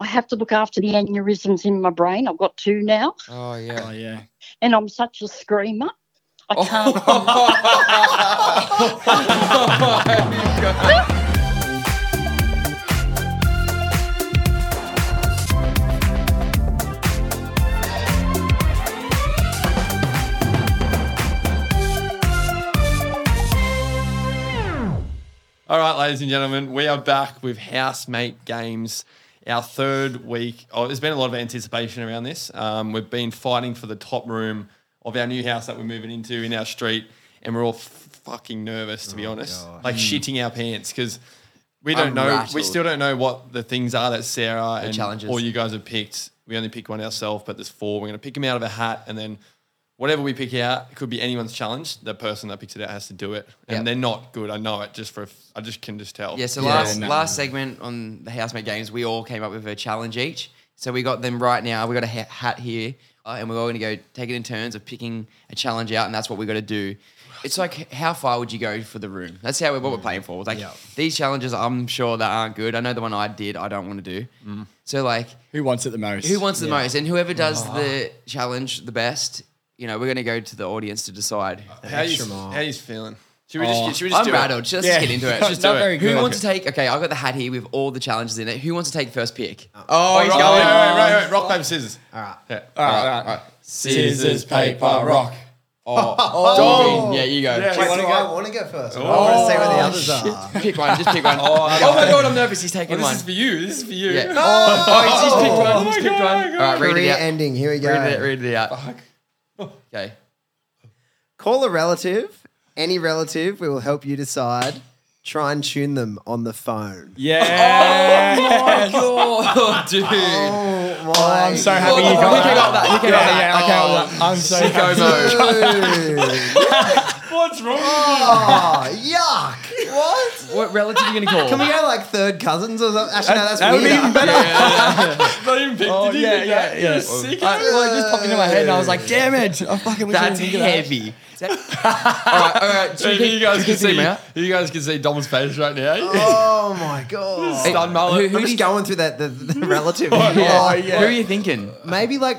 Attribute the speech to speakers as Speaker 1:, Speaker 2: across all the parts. Speaker 1: I have to look after the aneurysms in my brain. I've got two now,
Speaker 2: Oh
Speaker 3: Oh
Speaker 2: yeah. Oh.
Speaker 3: yeah.
Speaker 1: and I'm such a screamer. I
Speaker 4: Oh.
Speaker 1: can't.
Speaker 2: Oh, All right, ladies and gentlemen, we are back with housemate games. Our third week. Oh, there's been a lot of anticipation around this. Um, we've been fighting for the top room of our new house that we're moving into in our street, and we're all f- fucking nervous to be honest,
Speaker 4: Oh, God. Hmm.
Speaker 2: like shitting our pants because we don't
Speaker 4: I'm
Speaker 2: know. We
Speaker 4: rattled.
Speaker 2: still don't know what the things are that Sarah and
Speaker 4: challenges.
Speaker 2: all you guys have picked. We only picked one ourselves, but there's four. We're gonna pick them out of a hat, and then whatever we pick out, it could be anyone's challenge. The person that picks it out has to do it, and
Speaker 4: Yeah.
Speaker 2: they're not good. I know it just for a f- I just can just tell.
Speaker 4: Yeah, so
Speaker 3: Yeah,
Speaker 4: last
Speaker 3: no.
Speaker 4: last segment on the housemate games, we all came up with a challenge each. So we got them right now. We got a ha- hat here, uh, and we're all going to go take it in turns of picking a challenge out, and that's what we got to do. It's like how far would you go for the room? That's how we what we're playing for. Like
Speaker 3: Yeah.
Speaker 4: these challenges, I'm sure that aren't good. I know the one I did, I don't want to do. So like,
Speaker 3: Who wants it the most?
Speaker 4: who wants the
Speaker 3: Mm-hmm. Yeah. Oh.
Speaker 4: most, and whoever does the challenge the best, you know, we're going to go to the audience to decide.
Speaker 2: how you
Speaker 3: Extra mile.
Speaker 2: how you feeling? Should we just
Speaker 3: Oh,
Speaker 2: should we just
Speaker 4: I'm
Speaker 2: do
Speaker 4: rattled.
Speaker 2: it?
Speaker 4: Just
Speaker 3: Yeah.
Speaker 4: get into it.
Speaker 2: Just
Speaker 3: Not
Speaker 2: do it.
Speaker 3: very
Speaker 4: Who
Speaker 3: good.
Speaker 4: wants to take? Okay, I've got the hat here with all the challenges in it. Who wants to take first pick? Oh,
Speaker 3: Oh, he's
Speaker 2: Right,
Speaker 3: going.
Speaker 2: right, right, right, right. Rock paper scissors.
Speaker 5: All right.
Speaker 2: Yeah.
Speaker 3: All right, all right, all right. Scissors, paper, rock.
Speaker 2: Oh,
Speaker 3: Oh.
Speaker 4: Dolphin. Yeah, you go.
Speaker 5: Wait,
Speaker 3: wanna
Speaker 5: so
Speaker 3: go?
Speaker 5: I want to go first. I want to see where the others are.
Speaker 4: Pick one. Just pick one.
Speaker 2: Oh,
Speaker 4: oh,
Speaker 2: I
Speaker 4: my god, I'm nervous. He's taking
Speaker 2: Well,
Speaker 4: one.
Speaker 2: this is for you. This is for you.
Speaker 4: Yeah. Oh, he's, he's picked one. He's picked one. All right, read
Speaker 5: Career
Speaker 4: it out.
Speaker 5: Oh. ending. Here we go.
Speaker 4: Read it. Read it out. Okay.
Speaker 5: Call a relative. Any relative. We will help you decide. Try and tune them on the phone.
Speaker 3: Yeah.
Speaker 4: Oh, dude.
Speaker 5: Oh, my
Speaker 3: I'm so happy you
Speaker 4: Oh,
Speaker 3: got
Speaker 4: he
Speaker 3: that.
Speaker 4: came up with that, he came
Speaker 3: yeah,
Speaker 4: up with that.
Speaker 3: yeah, okay, well, I'm so happy.
Speaker 4: Gomo.
Speaker 5: Dude.
Speaker 2: What's wrong? with
Speaker 5: oh, yuck. What?
Speaker 4: What relative are you gonna call?
Speaker 5: Can we go like third cousins or something? Actually, no, that's
Speaker 3: That would be
Speaker 5: weirder.
Speaker 3: even better.
Speaker 2: you? Not even picked.
Speaker 3: Oh,
Speaker 2: Did you
Speaker 3: yeah,
Speaker 2: pick
Speaker 3: yeah,
Speaker 2: that?
Speaker 3: yeah.
Speaker 2: You sick.
Speaker 3: I, well, it just popped into my head, and I was like, "Damn it! I fucking wish I
Speaker 4: That's
Speaker 3: didn't think of that."
Speaker 4: heavy. Is that- all right, all right. should we
Speaker 2: If you
Speaker 4: pick-
Speaker 2: guys can
Speaker 4: pick him
Speaker 2: see,
Speaker 4: out?
Speaker 2: you guys can see Dom's face right now.
Speaker 5: Oh, my God.
Speaker 4: Hey,
Speaker 2: Done mullet.
Speaker 4: Who, who
Speaker 5: I'm
Speaker 4: do
Speaker 5: just
Speaker 4: you
Speaker 5: going through that the, the relative. Oh,
Speaker 4: Yeah.
Speaker 3: Oh, yeah.
Speaker 4: Who are you thinking?
Speaker 5: Maybe like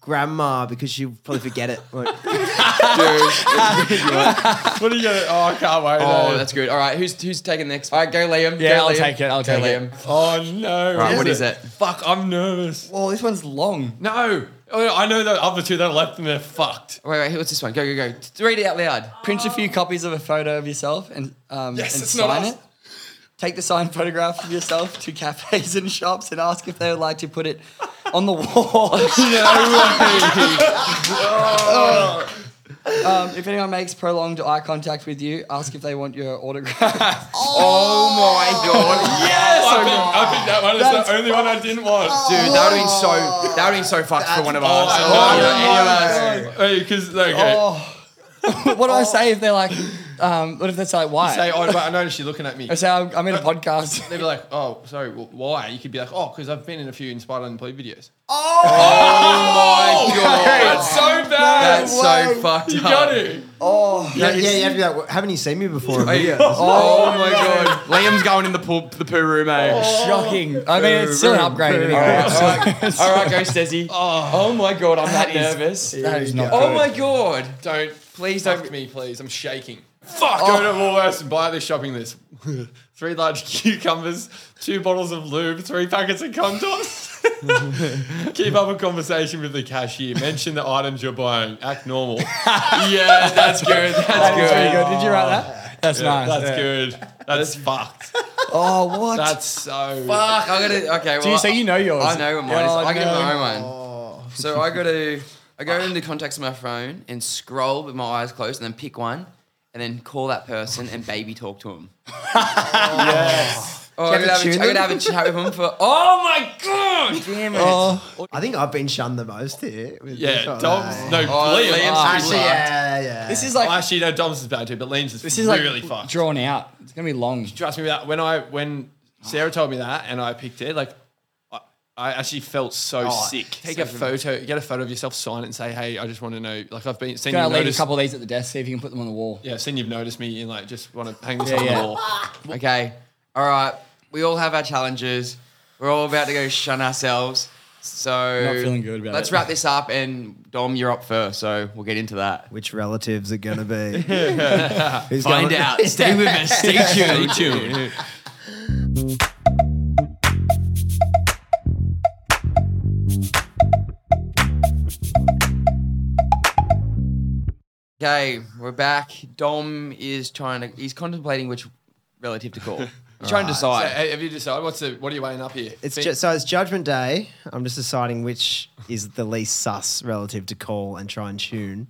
Speaker 5: grandma because she'll probably forget it. Like,
Speaker 2: what are you gonna? Oh, I can't wait.
Speaker 4: Oh,
Speaker 2: no.
Speaker 4: that's good. All right, who's who's taking next? All right, go Liam. go
Speaker 3: Yeah, I'll
Speaker 4: Liam.
Speaker 3: take it. I'll
Speaker 4: go
Speaker 3: take
Speaker 4: Liam.
Speaker 3: it.
Speaker 2: Oh no!
Speaker 4: Right, what is it?
Speaker 2: Fuck! I'm nervous.
Speaker 3: Well, this one's long.
Speaker 2: No, Oh, I know the other two that are left and they're fucked.
Speaker 4: Wait, wait, what's this one? Go, go, go. Read it out loud.
Speaker 3: Print a few copies of a photo of yourself and um,
Speaker 2: Yes,
Speaker 3: and
Speaker 2: it's not
Speaker 3: sign
Speaker 2: us.
Speaker 3: it. Take the signed photograph of yourself to cafes and shops and ask if they would like to put it on the wall. um, if anyone makes prolonged eye contact with you, ask if they want your autograph.
Speaker 4: Oh my god.
Speaker 2: Yes, I think, I think that one is
Speaker 3: That's
Speaker 2: the only one I didn't want.
Speaker 4: Dude, that would have been so that would have been so fucked for one of us.
Speaker 2: I
Speaker 4: Oh, yeah,
Speaker 2: know.
Speaker 4: any of us.
Speaker 2: because okay.
Speaker 3: Oh. what do I say if they're like, um, what if they say, why?
Speaker 2: Say, oh, but I noticed you're looking at me.
Speaker 3: I say, I'm, I'm in a podcast.
Speaker 2: They'd be like, oh, sorry, well, why? You could be like, oh, because I've been in a few Inspired Unemployed videos.
Speaker 4: Oh my god.
Speaker 2: That's so bad.
Speaker 4: Oh, That's so fucked
Speaker 2: you
Speaker 4: up.
Speaker 2: got it.
Speaker 5: yeah, yeah, you have to be like, "Well, haven't you seen me before? in videos?"
Speaker 4: Oh my god. Liam's going in the pool the poo room,
Speaker 2: Oh,
Speaker 4: eh?
Speaker 3: Shocking. I mean, it's still an upgrade. Anyway.
Speaker 4: All right, go Stezzy. Oh, my god, I'm that,
Speaker 3: is-
Speaker 4: nervous.
Speaker 3: That is not
Speaker 4: Oh my god.
Speaker 2: Don't please
Speaker 4: Please
Speaker 2: don't
Speaker 4: don't.
Speaker 2: me, please. I'm shaking. Fuck. Go to Woolworths and buy this shopping list: three large cucumbers, two bottles of lube, three packets of condoms. Keep up a conversation with the cashier. Mention the items you're buying. Act normal.
Speaker 4: Yeah, that's good. That's
Speaker 3: That's pretty
Speaker 4: good.
Speaker 3: good. Did you write that? That's nice.
Speaker 2: That's
Speaker 3: yeah.
Speaker 2: good. That is fucked.
Speaker 3: Oh, what?
Speaker 2: That's so.
Speaker 4: Fuck, I gotta. Okay, well.
Speaker 3: Do you say you know yours?
Speaker 4: I know what mine is.
Speaker 3: Oh,
Speaker 4: I get
Speaker 3: no.
Speaker 4: my own one. So I gotta. I go into contacts on my phone and scroll with my eyes closed and then pick one and then call that person and baby talk to him. Oh, I'm
Speaker 5: Do
Speaker 4: gonna have a,
Speaker 5: you have to tune
Speaker 4: I'm gonna
Speaker 5: them?
Speaker 4: have a chat with him for. Oh my god! Damn it!
Speaker 3: Oh,
Speaker 5: I think I've been shunned the most here. with
Speaker 2: Yeah,
Speaker 5: this one.
Speaker 2: Dom's no
Speaker 4: Oh,
Speaker 2: Liam.
Speaker 4: Liam's Actually,
Speaker 5: Actually, yeah, yeah.
Speaker 3: this is
Speaker 2: Oh,
Speaker 3: like
Speaker 2: actually, no, Dom's is bad too, but Liam's is
Speaker 3: this is like
Speaker 2: really fucked.
Speaker 3: drawn out. It's gonna be long.
Speaker 2: Trust me, with that when I when Sarah told me that and I picked it, like I, I actually felt so
Speaker 5: Oh,
Speaker 2: sick. Take a photo, get a photo of yourself, sign it, and say, "Hey, I just want to know." Like I've been seen
Speaker 3: Gonna
Speaker 2: you
Speaker 3: leave a
Speaker 2: notice.
Speaker 3: couple of these at the desk. See if you can put them on the wall.
Speaker 2: yeah, seen you've noticed me, and like just want to hang this
Speaker 3: Yeah,
Speaker 2: on
Speaker 3: yeah.
Speaker 2: the wall.
Speaker 4: Okay. All right. We all have our challenges. We're all about to go shun ourselves. So
Speaker 3: Not feeling good about
Speaker 4: let's
Speaker 3: it.
Speaker 4: wrap this up. And Dom, you're up first, so we'll get into that.
Speaker 5: Which relatives are gonna be? Who's
Speaker 4: Find
Speaker 5: going-
Speaker 4: out. Stay with us. Stay tuned.
Speaker 2: Stay tuned.
Speaker 4: Okay, we're back. Dom is trying to. He's contemplating which relative to call. He's trying to
Speaker 2: So,
Speaker 4: decide.
Speaker 2: ha- have you decided what's the what are you weighing up here?
Speaker 5: It's
Speaker 2: Think-
Speaker 5: ju- so it's Judgment Day. I'm just deciding which is the least sus relative to call and try and tune.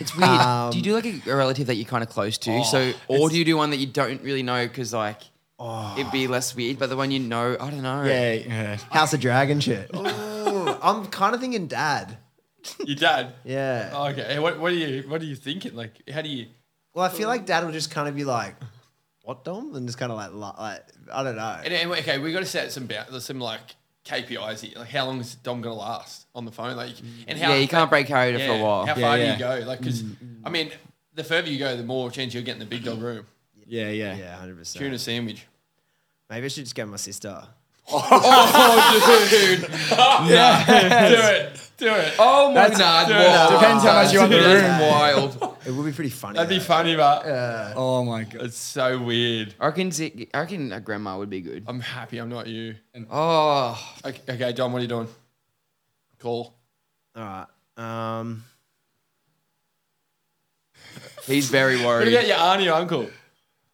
Speaker 4: It's weird.
Speaker 5: Um,
Speaker 4: do you do like a, a relative that you're kind of close to? so, or do you do one that you don't really know because like it'd be less weird, but the one you know, I don't know.
Speaker 3: Yeah, yeah.
Speaker 5: House of Dragon shit. Ooh, I'm kind of thinking Dad.
Speaker 2: your dad.
Speaker 5: Yeah.
Speaker 2: Oh, okay. Hey, What what are you what are you thinking? Like how do you
Speaker 5: Well, I feel like Dad will just kind of be like, "What, Dom?" and just kind of like, li- like I don't know.
Speaker 2: and, and okay, we gotta set some bound some like KPIs here. Like how long is Dom gonna last on the phone? Like and how
Speaker 4: yeah, you can't break character for a while.
Speaker 2: How
Speaker 3: Yeah,
Speaker 2: far
Speaker 3: yeah.
Speaker 2: do you go? Like, because I mean, the further you go, the more chance you'll get in the big dog room.
Speaker 3: Yeah, yeah.
Speaker 5: Yeah, hundred
Speaker 2: Tuna
Speaker 5: percent.
Speaker 2: sandwich.
Speaker 5: Maybe I should just go with my sister.
Speaker 2: Oh, dude! do it, do it.
Speaker 4: Oh my
Speaker 3: That's-
Speaker 4: god!
Speaker 2: Yeah,
Speaker 4: Whoa.
Speaker 3: depends how much you want the
Speaker 4: That's
Speaker 3: room.
Speaker 4: Wild.
Speaker 5: It would be pretty funny.
Speaker 2: That'd be
Speaker 5: though.
Speaker 2: funny, but
Speaker 3: Oh my god.
Speaker 2: it's so weird.
Speaker 4: I reckon, Z- I reckon a grandma would be good.
Speaker 2: I'm happy I'm not you.
Speaker 4: Oh,
Speaker 2: Okay, okay Dom, what are you doing? Call.
Speaker 5: All right. Um,
Speaker 4: he's very
Speaker 2: What
Speaker 4: worried.
Speaker 2: about your auntie or uncle?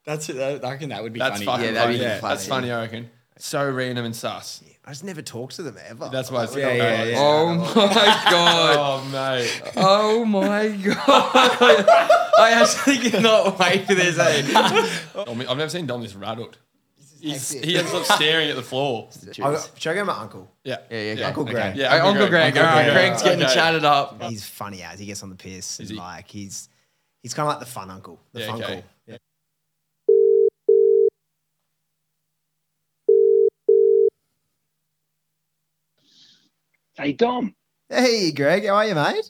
Speaker 3: That's it. That, I reckon that would be
Speaker 2: That's fucking
Speaker 3: funny.
Speaker 4: Yeah, that'd
Speaker 2: funny.
Speaker 4: be
Speaker 2: That's
Speaker 4: classic.
Speaker 2: funny, I reckon. So random and sus.
Speaker 5: I just never talk to them ever.
Speaker 2: That's why it's
Speaker 3: Yeah, yeah, yeah.
Speaker 4: Oh my god.
Speaker 2: Oh, mate.
Speaker 4: Oh my god. I actually cannot wait for this. eh?
Speaker 2: Dom, Oh, I've never seen Dom this rattled. He's,
Speaker 5: hectic.
Speaker 2: he ends up staring at the floor.
Speaker 5: I, should I go with my uncle?
Speaker 2: Yeah.
Speaker 4: Yeah, yeah, okay.
Speaker 5: Uncle Greg.
Speaker 2: Yeah,
Speaker 4: Hey, Uncle Greg. all
Speaker 2: Uncle
Speaker 4: right,
Speaker 2: Greg.
Speaker 4: Greg's getting
Speaker 2: Okay.
Speaker 4: chatted up.
Speaker 5: He's funny as he gets on the piss and
Speaker 2: he?
Speaker 5: like he's he's kind of like the fun uncle, the
Speaker 2: Yeah,
Speaker 5: fun
Speaker 2: okay.
Speaker 5: uncle.
Speaker 6: Hey Dom,
Speaker 5: Hey, Greg, how are you, mate?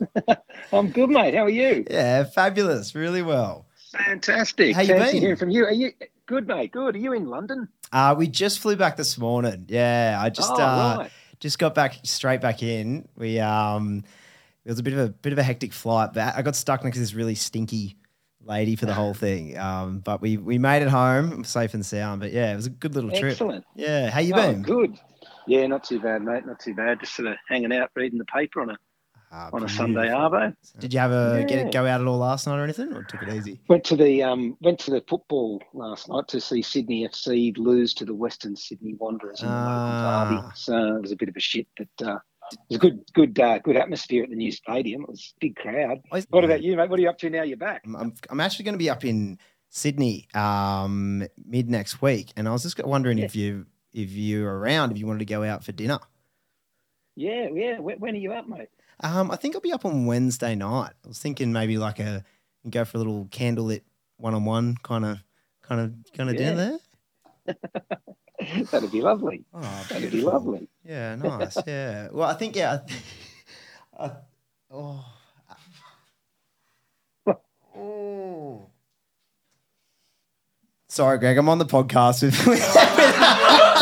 Speaker 6: I'm good, mate. How are you?
Speaker 5: yeah, fabulous, really well.
Speaker 6: Fantastic.
Speaker 5: How you
Speaker 6: Fancy
Speaker 5: been?
Speaker 6: hearing from you. Are you good, mate? Good. Are you in London?
Speaker 5: Uh, we just flew back this morning. Yeah, I just
Speaker 6: oh,
Speaker 5: uh,
Speaker 6: right.
Speaker 5: just got back straight back in. We um, it was a bit of a bit of a hectic flight. But I got stuck next to this really stinky lady for the whole thing. Um, but we we made it home safe and sound. But yeah, it was a good little trip.
Speaker 6: Excellent.
Speaker 5: Yeah, how you
Speaker 6: Oh,
Speaker 5: been?
Speaker 6: good. Yeah, not too bad, mate. Not too bad. Just sort of hanging out, reading the paper on a
Speaker 5: Ah,
Speaker 6: on a
Speaker 5: beautiful.
Speaker 6: Sunday arvo.
Speaker 5: Did you have a get
Speaker 6: Yeah.
Speaker 5: it, go out at all last night or anything, or took it easy?
Speaker 6: Went to the um went to the football last night to see Sydney FC lose to the Western Sydney Wanderers in the local derby.
Speaker 5: Ah.
Speaker 6: So it was a bit of a shit, but uh, it was a good good uh, good atmosphere at the new stadium. It was a big crowd.
Speaker 5: Oh, is-
Speaker 6: What about you, mate? What are you up to now? You're back.
Speaker 5: I'm, I'm, I'm actually going to be up in Sydney um, mid next week, and I was just wondering if you if you're around, if you wanted to go out for dinner.
Speaker 6: Yeah, yeah. When, when are you up, mate?
Speaker 5: Um, I think I'll be up on Wednesday night. I was thinking maybe like a go for a little candlelit one on one kind of kind of kind of
Speaker 6: Yeah.
Speaker 5: dinner there.
Speaker 6: That'd be lovely.
Speaker 5: Oh,
Speaker 6: That'd be lovely.
Speaker 5: Yeah, nice. Yeah. Well, I think yeah. I th- I, oh. Oh. Sorry, Greg. I'm on the podcast with.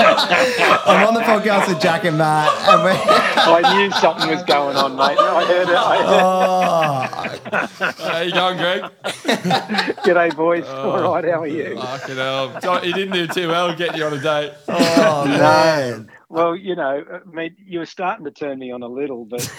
Speaker 5: I'm on the podcast with Jack and Matt, and we're.
Speaker 6: I knew something was going on, mate. I heard it. I heard
Speaker 5: Oh,
Speaker 2: How you going, Greg?
Speaker 6: it. G'day, boys.
Speaker 2: Oh.
Speaker 6: All right, how are you?
Speaker 2: Fucking hell. So- He didn't do too well getting you on a date.
Speaker 5: oh man.
Speaker 6: Well, you know, I mean, you were starting to turn me on a little, but it's just-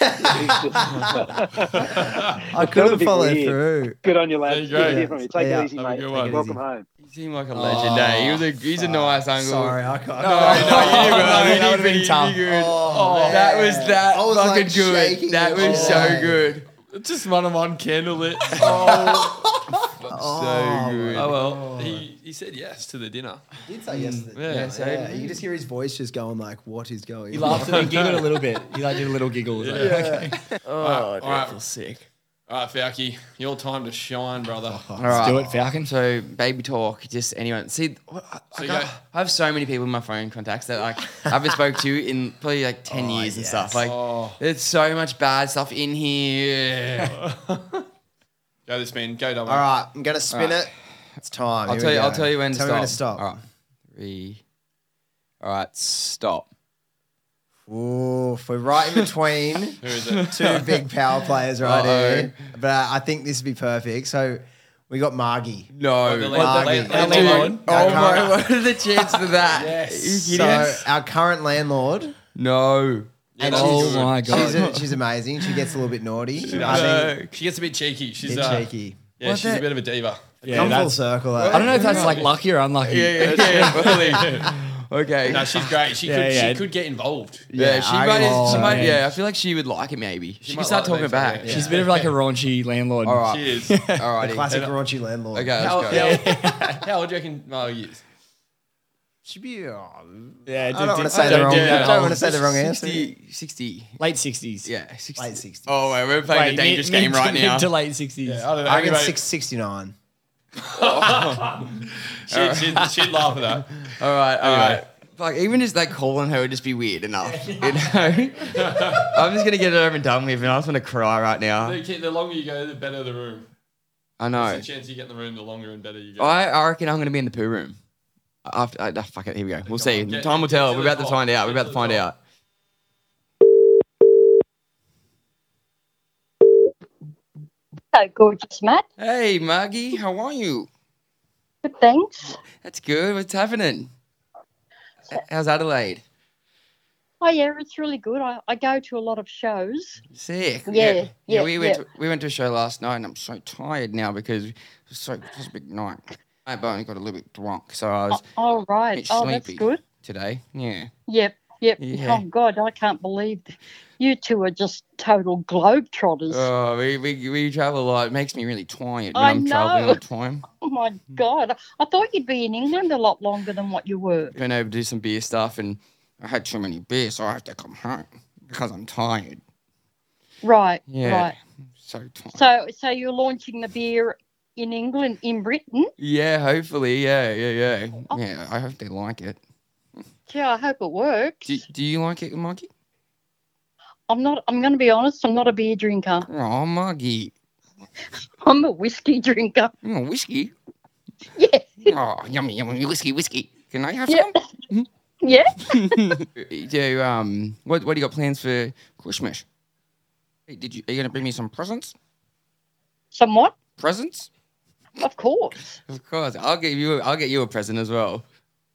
Speaker 5: I couldn't
Speaker 6: bit
Speaker 5: follow
Speaker 6: weird.
Speaker 5: through.
Speaker 6: good on you,
Speaker 2: There
Speaker 6: lads.
Speaker 2: you
Speaker 6: Good to
Speaker 2: go.
Speaker 6: hear from you. Take
Speaker 5: Yeah.
Speaker 6: it easy,
Speaker 2: Have a
Speaker 6: mate.
Speaker 2: good one.
Speaker 6: Take it Welcome home.
Speaker 4: He seemed like a legend. eh? He was a he's a nice uncle.
Speaker 5: Sorry, I can't.
Speaker 4: No, Oh, no, you did well.
Speaker 5: that
Speaker 4: You did
Speaker 5: would've been
Speaker 4: good. You
Speaker 5: tough.
Speaker 4: did good.
Speaker 5: Oh,
Speaker 4: Oh, that was
Speaker 5: man.
Speaker 4: that
Speaker 5: I was,
Speaker 4: fucking
Speaker 5: like, shaking
Speaker 4: good. That
Speaker 5: and
Speaker 4: was
Speaker 5: all.
Speaker 4: so good.
Speaker 2: Just one on one candlelit.
Speaker 4: so good.
Speaker 2: Oh well, he, he said yes to the dinner.
Speaker 5: did say yes. to the-
Speaker 2: Yeah, so-
Speaker 5: yeah, you just hear his voice just going like, "What is going?"
Speaker 3: He laughed and he giggled a little bit. He like did a little giggle. Was like, okay.
Speaker 4: Oh,
Speaker 2: all right.
Speaker 4: sick.
Speaker 2: All right, Falky, your time to shine, brother.
Speaker 4: All right.
Speaker 3: Do it, Falcon.
Speaker 4: So baby talk, just anyone. See, I, I,
Speaker 2: you
Speaker 4: can't-
Speaker 2: go-
Speaker 4: I have so many people in my phone contacts that like I haven't spoke to in probably like ten years and stuff. Like,
Speaker 2: Oh.
Speaker 4: there's so much bad stuff in here.
Speaker 2: Go this man. Go double.
Speaker 5: All right, I'm gonna spin it. It's time.
Speaker 4: I'll
Speaker 5: Here
Speaker 4: tell
Speaker 5: we
Speaker 4: you. I'll
Speaker 5: go.
Speaker 4: tell you when
Speaker 5: tell
Speaker 4: to
Speaker 5: me
Speaker 4: stop.
Speaker 5: when
Speaker 4: All
Speaker 5: to stop.
Speaker 4: right. Three. All right. Stop.
Speaker 5: Oof, we're right in between
Speaker 2: Who is it?
Speaker 5: two big power players right
Speaker 4: Uh-oh.
Speaker 5: here. But uh, I think this would be perfect. So we got Margie.
Speaker 4: No.
Speaker 2: the
Speaker 4: What
Speaker 2: landlord-
Speaker 5: Margie.
Speaker 2: the
Speaker 4: Oh, the-
Speaker 2: landlord.
Speaker 4: dude,
Speaker 5: I
Speaker 4: oh my!
Speaker 5: can't-
Speaker 4: What are the chances of that?
Speaker 2: Yes.
Speaker 4: Are you
Speaker 5: So
Speaker 4: kidding?
Speaker 5: our current landlord.
Speaker 4: no.
Speaker 2: Yeah,
Speaker 5: And
Speaker 2: that's
Speaker 5: she's-
Speaker 2: a good one.
Speaker 3: Oh my God.
Speaker 5: She's, a, she's amazing. She gets a little bit naughty. I think
Speaker 4: No.
Speaker 2: She gets a bit cheeky. She's
Speaker 5: bit
Speaker 2: uh,
Speaker 5: cheeky.
Speaker 2: Yeah,
Speaker 5: What
Speaker 2: she's
Speaker 5: the-
Speaker 2: a bit of a diva.
Speaker 5: Come
Speaker 3: that's-
Speaker 5: full circle.
Speaker 3: I don't know if that's like lucky or unlucky.
Speaker 4: Yeah, yeah, yeah. okay.
Speaker 2: No, she's great. She
Speaker 3: Yeah,
Speaker 2: could
Speaker 3: yeah.
Speaker 2: she could get involved.
Speaker 4: yeah,
Speaker 5: Yeah,
Speaker 4: she
Speaker 5: I-
Speaker 4: might.
Speaker 5: oh,
Speaker 4: she might.
Speaker 5: man.
Speaker 4: Yeah, I feel like she would like it. Maybe she,
Speaker 2: might
Speaker 4: can start
Speaker 2: like it,
Speaker 4: talking back.
Speaker 2: maybe,
Speaker 3: She's a bit of like a raunchy landlord.
Speaker 4: All right.
Speaker 2: She is.
Speaker 5: the
Speaker 4: Alrighty.
Speaker 5: classic raunchy landlord.
Speaker 4: Okay, let's
Speaker 2: how,
Speaker 4: go. Um,
Speaker 2: how, how old do you reckon Mo is?
Speaker 5: Should be.
Speaker 4: uh,
Speaker 5: oh,
Speaker 3: Yeah,
Speaker 5: I don't want to say
Speaker 2: don't
Speaker 5: the wrong.
Speaker 2: do
Speaker 5: I
Speaker 2: that.
Speaker 5: don't want to say the wrong answer.
Speaker 4: 60, 60.
Speaker 3: late sixties.
Speaker 4: Yeah, 60.
Speaker 5: Late sixties.
Speaker 4: Oh, wait, we're playing a dangerous game right now.
Speaker 3: to late sixties.
Speaker 2: Yeah, I don't know.
Speaker 5: I reckon
Speaker 2: Anyway,
Speaker 5: six sixty nine.
Speaker 2: she, she'd, she'd laugh at that.
Speaker 4: All right, all right.
Speaker 2: Anyway.
Speaker 4: Fuck, even just like calling her would just be weird enough, you know? I'm just going to get it over and done with, and I just want to cry right now.
Speaker 2: The, kid- the longer you go, the better the room.
Speaker 4: I know.
Speaker 2: The chance you get in the room, the longer and better you get.
Speaker 4: I, I reckon I'm going to be in the poo room. After, uh, fuck it, here we go. We'll see.
Speaker 2: Get-
Speaker 4: Time will tell.
Speaker 2: get to
Speaker 4: We're
Speaker 2: the
Speaker 4: about to
Speaker 2: top.
Speaker 4: find out.
Speaker 2: Get
Speaker 4: We're about
Speaker 2: to
Speaker 4: to
Speaker 2: the
Speaker 4: find
Speaker 2: top.
Speaker 4: out.
Speaker 1: So gorgeous, Matt.
Speaker 4: Hey, Margie, how are you?
Speaker 1: Good, thanks.
Speaker 4: That's good. What's happening? H- How's Adelaide?
Speaker 1: Oh, yeah, it's really good. I, I go to a lot of shows.
Speaker 4: Sick.
Speaker 1: Yeah,
Speaker 4: yeah.
Speaker 1: yeah,
Speaker 4: we went
Speaker 1: yeah.
Speaker 4: To, we went to a show last night, and I'm so tired now because it was so it was a big night. I only got a little bit drunk, so I was
Speaker 1: All
Speaker 4: a
Speaker 1: right.
Speaker 4: bit
Speaker 1: Oh, that's
Speaker 4: sleepy
Speaker 1: good.
Speaker 4: today. Yeah.
Speaker 1: Yep, yep.
Speaker 4: Yeah.
Speaker 1: Oh, God, I can't believe you two are just total globetrotters.
Speaker 4: Oh, we, we, we travel a lot. It makes me really tired when
Speaker 1: I
Speaker 4: I'm traveling all
Speaker 1: know.
Speaker 4: the time.
Speaker 1: oh, my
Speaker 4: hmm.
Speaker 1: God. I thought you'd be in England a lot longer than what you were.
Speaker 4: Been over to do some beer stuff, and I had too many beers, so I have to come home because I'm tired.
Speaker 1: Right,
Speaker 4: Yeah.
Speaker 1: right.
Speaker 4: So tired.
Speaker 1: So, so you're launching the beer in England, in Britain?
Speaker 4: yeah, hopefully. Yeah, yeah, yeah.
Speaker 1: Oh.
Speaker 4: Yeah, I hope they like it.
Speaker 1: Yeah, I hope it works.
Speaker 4: Do, do you like it, Margie?
Speaker 1: I'm not. I'm going to be honest. I'm not a beer drinker.
Speaker 4: Oh, Margie.
Speaker 1: I'm a whiskey drinker.
Speaker 4: Mm, whiskey.
Speaker 1: Yeah,
Speaker 4: Oh, yummy, yummy. Whiskey, whiskey. Can I have
Speaker 1: Yeah.
Speaker 4: some?
Speaker 1: yeah.
Speaker 4: do um what what do you got plans for Christmas? Hey, Did you are you gonna bring me some presents?
Speaker 1: Somewhat,
Speaker 4: Presents?
Speaker 1: of course.
Speaker 4: Of course. I'll get you I'll get you a present as well.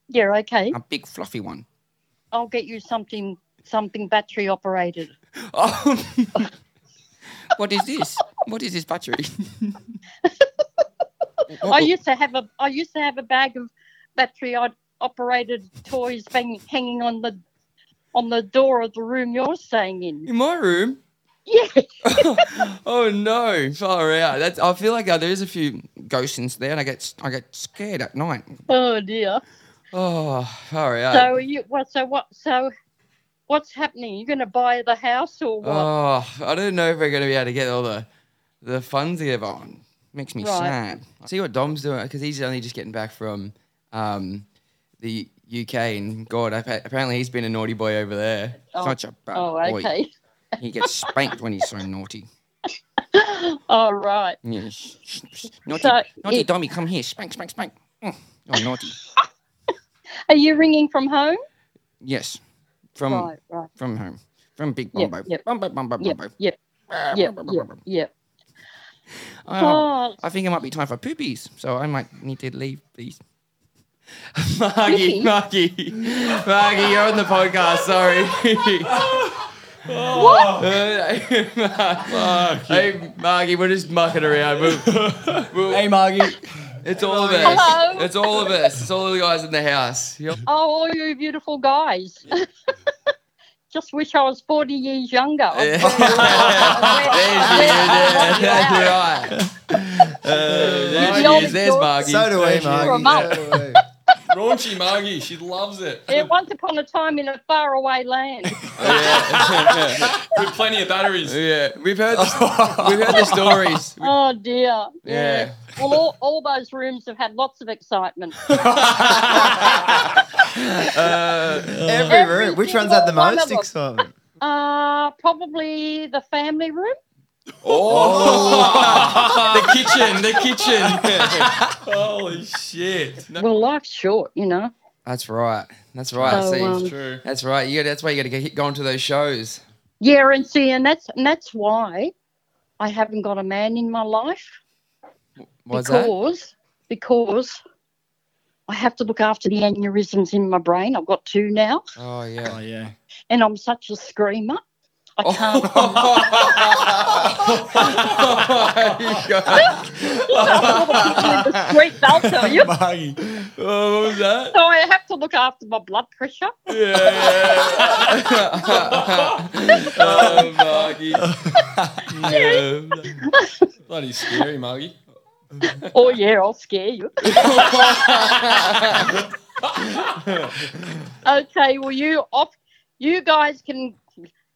Speaker 1: Yeah, okay.
Speaker 4: A big fluffy one.
Speaker 1: I'll get you something, something battery operated.
Speaker 4: Oh What is this? What is this battery? Oh.
Speaker 1: I used to have a. I used to have a bag of battery o- operated toys bang, hanging on the, on the door of the room you're staying in.
Speaker 4: in my room.
Speaker 1: Yeah.
Speaker 4: oh no, far out. That's I feel like uh, there is a few ghosts in there and I get I get scared at night.
Speaker 1: Oh dear.
Speaker 4: Oh, far out.
Speaker 1: So are you what? So what? So, what's happening? You're going to buy the house or what?
Speaker 4: Oh, I don't know if we're going to be able to get all the the funds together on. Makes me
Speaker 1: Right.
Speaker 4: sad. See what Dom's doing because he's only just getting back from um, the UK and God, appa- apparently he's been a naughty boy over there.
Speaker 1: Oh.
Speaker 4: Such a bad
Speaker 1: oh,
Speaker 4: boy.
Speaker 1: okay.
Speaker 4: He gets spanked when he's so naughty.
Speaker 1: All right.
Speaker 4: Yes. Naughty,
Speaker 1: So
Speaker 4: naughty
Speaker 1: it-
Speaker 4: Dommy, come here. Spank, spank, spank. Mm. Oh, naughty.
Speaker 1: Are you ringing from home?
Speaker 4: Yes. From
Speaker 1: right. Right.
Speaker 4: from home. From Big
Speaker 1: Yep,
Speaker 4: Bombo.
Speaker 1: yep.
Speaker 4: Bombo, Bombo,
Speaker 1: Hmm. Yep.
Speaker 4: Bombo.
Speaker 1: Yep. Yep. Yep. Yep.
Speaker 4: Oh,
Speaker 1: Oh,
Speaker 4: I think it might be time for poopies, so I might need to leave, please. Margie,
Speaker 1: Poopies?
Speaker 4: Margie, Margie, you're on the podcast. Sorry. what?
Speaker 2: Fuck.
Speaker 4: hey, Margie, we're just mucking around. We're-
Speaker 3: Hey, Margie.
Speaker 4: it's all of us.
Speaker 1: Hello.
Speaker 4: It's all of us. It's all of the guys in the house. Yep.
Speaker 1: oh, all you beautiful guys. Just wish I was 40 years younger.
Speaker 4: There's
Speaker 1: I'm
Speaker 4: you,
Speaker 1: very old.
Speaker 4: there. That's right. Uh, there
Speaker 1: Y'all
Speaker 4: she is. There's
Speaker 1: enjoy-
Speaker 4: Margie.
Speaker 5: So do we,
Speaker 4: There she is.
Speaker 1: You're a
Speaker 5: Margie.
Speaker 1: mug.
Speaker 5: So do we.
Speaker 2: Raunchy Margie, she loves it.
Speaker 1: Yeah, once upon a time in a faraway land.
Speaker 2: With plenty of batteries.
Speaker 4: Yeah, we've heard the, we've heard the stories.
Speaker 1: Oh dear.
Speaker 4: Yeah.
Speaker 1: Well, all, all those rooms have had lots of excitement.
Speaker 5: Every
Speaker 1: Every
Speaker 5: room. Which one's had the
Speaker 1: single one
Speaker 5: most
Speaker 1: of 'em.
Speaker 5: excitement?
Speaker 1: Uh, probably the family room.
Speaker 4: the kitchen, the kitchen.
Speaker 2: Holy shit. No.
Speaker 1: Well, life's short, you know.
Speaker 4: That's right. That's right.
Speaker 1: So,
Speaker 4: See,
Speaker 1: um,
Speaker 2: True.
Speaker 4: that's right. You. That's why you got to get going to those shows.
Speaker 1: Yeah, and see, and that's and that's why I haven't got a man in my life
Speaker 4: What's that?
Speaker 1: because because I have to look after the aneurysms in my brain. I've got two now,
Speaker 4: Oh yeah.
Speaker 3: yeah.
Speaker 1: and I'm such a screamer. I can't.
Speaker 4: Oh, God.
Speaker 1: in the street, they'll tell you.
Speaker 2: Oh, what was that?
Speaker 1: So I have to look after my blood pressure.
Speaker 2: oh, Margie. yeah. Bloody scary, Margie.
Speaker 1: Oh yeah, I'll scare you. okay, well you off. You guys can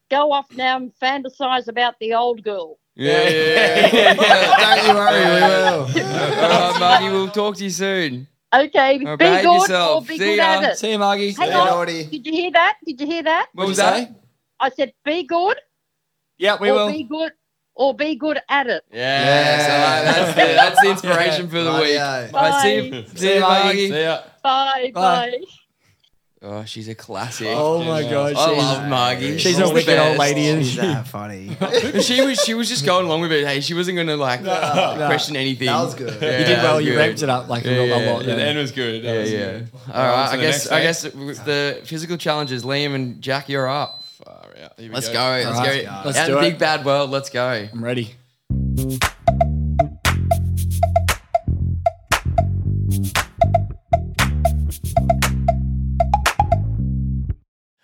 Speaker 1: go off now and fantasize about the old girl.
Speaker 2: Yeah, yeah, yeah.
Speaker 3: Don't you worry, we will.
Speaker 4: All right, Margie. We'll talk to you soon.
Speaker 1: Okay,
Speaker 4: Now
Speaker 1: be
Speaker 4: behave
Speaker 1: good
Speaker 4: yourself.
Speaker 1: or be
Speaker 4: See
Speaker 1: good
Speaker 4: ya.
Speaker 1: at it.
Speaker 3: See you, Margie.
Speaker 1: Hang on. Did you hear that? Did you hear that?
Speaker 4: What was
Speaker 3: you
Speaker 4: that?
Speaker 3: say?
Speaker 1: I said be good
Speaker 3: Yeah, we
Speaker 1: or
Speaker 3: will.
Speaker 1: be good or be good at it.
Speaker 4: Yeah. so, uh, that's, the, that's the inspiration for the week.
Speaker 3: Rightio.
Speaker 4: All right, see you,
Speaker 2: Bye.
Speaker 4: see you,
Speaker 2: See
Speaker 4: Margie.
Speaker 2: ya.
Speaker 1: Bye
Speaker 3: Bye.
Speaker 1: bye.
Speaker 4: Oh, she's a classic.
Speaker 3: Oh my
Speaker 2: Yeah.
Speaker 3: god, she's,
Speaker 4: I love Margie.
Speaker 3: she's
Speaker 4: the
Speaker 3: a wicked
Speaker 4: best.
Speaker 3: old lady, isn't
Speaker 5: She's
Speaker 3: she?
Speaker 5: that funny.
Speaker 4: she was she was just going along with it. Hey, she wasn't gonna like
Speaker 3: no.
Speaker 4: question anything.
Speaker 5: That was good.
Speaker 4: Yeah,
Speaker 3: you did
Speaker 4: that
Speaker 3: well.
Speaker 4: was
Speaker 3: You
Speaker 4: good.
Speaker 3: ramped it up like
Speaker 4: Yeah,
Speaker 3: a,
Speaker 4: yeah,
Speaker 3: lot- a lot.
Speaker 2: Yeah, the
Speaker 3: there.
Speaker 2: end was good. That
Speaker 4: Yeah,
Speaker 2: was
Speaker 4: yeah.
Speaker 2: good.
Speaker 4: All
Speaker 2: on
Speaker 4: right.
Speaker 2: to
Speaker 4: I
Speaker 2: the
Speaker 4: guess
Speaker 2: next
Speaker 4: I
Speaker 2: day.
Speaker 4: guess with the physical challenges. Liam and Jack, you're up.
Speaker 2: Far out. Here we
Speaker 4: Let's go. Let's
Speaker 3: All
Speaker 4: go.
Speaker 3: right,
Speaker 4: Out
Speaker 3: let's
Speaker 4: in
Speaker 3: do
Speaker 4: the
Speaker 3: it.
Speaker 4: big bad world. Let's go.
Speaker 3: I'm ready.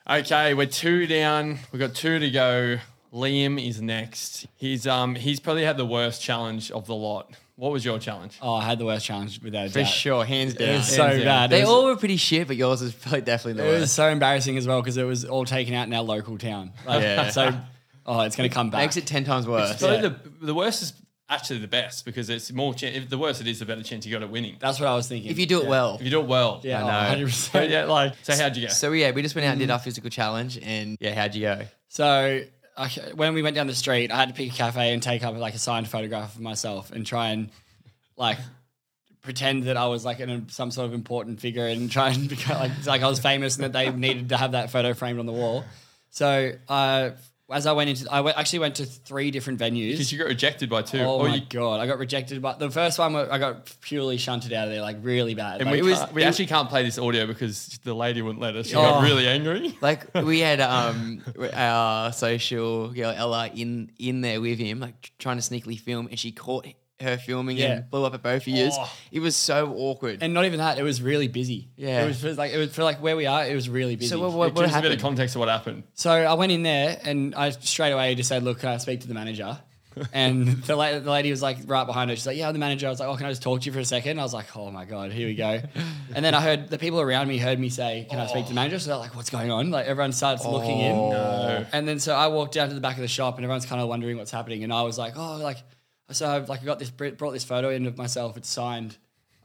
Speaker 2: Okay, we're two down. We've got two to go. Liam is next. He's um he's probably had the worst challenge of the lot. What was your challenge?
Speaker 3: Oh, I had the worst challenge without a
Speaker 4: For
Speaker 3: doubt.
Speaker 4: sure, hands down.
Speaker 3: It was so
Speaker 2: Hands down.
Speaker 3: bad. It
Speaker 4: They
Speaker 3: was-
Speaker 4: all were pretty shit, but yours is probably definitely the
Speaker 3: It was
Speaker 4: worst.
Speaker 3: so embarrassing as well because it was all taken out in our local town. Like,
Speaker 4: Yeah.
Speaker 3: So, oh, it's going to come back.
Speaker 4: Makes it ten times worse.
Speaker 2: Probably the, the worst is actually the best because it's more chan if the worse it is, the better chance you got at winning.
Speaker 3: That's what I was thinking.
Speaker 4: If you do it
Speaker 3: Yeah.
Speaker 4: well.
Speaker 2: If you do it well,
Speaker 3: Yeah,
Speaker 2: I
Speaker 3: oh,
Speaker 2: know.
Speaker 3: 100%.
Speaker 2: Yeah, like so. How'd you go?
Speaker 4: So yeah, we just went out and
Speaker 3: Mm.
Speaker 4: did our physical challenge, and yeah, how'd you go?
Speaker 3: So I, when we went down the street, I had to pick a cafe and take up like a signed photograph of myself and try and like pretend that I was like an, some sort of important figure and try and become like like I was famous and that they needed to have that photo framed on the wall. So uh, as I went into, I went, actually went to three different venues.
Speaker 2: Because you got rejected by two.
Speaker 3: Oh
Speaker 2: Or
Speaker 3: my
Speaker 2: you,
Speaker 3: god! I got rejected, but the first one I got purely shunted out of there, like really bad.
Speaker 2: and
Speaker 3: Like,
Speaker 2: we,
Speaker 3: it was-
Speaker 2: can't- we actually can't play this audio because the lady wouldn't let us. She
Speaker 3: Oh.
Speaker 2: got really angry.
Speaker 4: Like we had um our social girl Ella in in there with him, like trying to sneakily film, and she caught her filming
Speaker 3: Yeah.
Speaker 4: and blew up at both of you.
Speaker 2: Oh.
Speaker 4: It was so awkward.
Speaker 3: and not even that; it was really busy.
Speaker 4: Yeah.
Speaker 3: it was, it was like it was for like where we are. It was really busy.
Speaker 4: so what, what,
Speaker 2: Give
Speaker 4: what
Speaker 2: us a bit of
Speaker 4: happened?
Speaker 2: context of what happened.
Speaker 3: So I went in there and I straight away just said, "Look, can I speak to the manager?" And the, la- the lady was like right behind her. She's like, "Yeah, I'm the manager." I was like, "Oh, can I just talk to you for a second? I was like, "Oh my god, here we go." And then I heard the people around me heard me say, "Can I speak to the manager?" So they're like, "What's going on?" Like everyone starts looking in.
Speaker 2: No.
Speaker 3: And then so I walked down to the back of the shop and everyone's kind of wondering what's happening. And I was like, oh, like, so I've like got this, brought this photo in of myself. It's signed.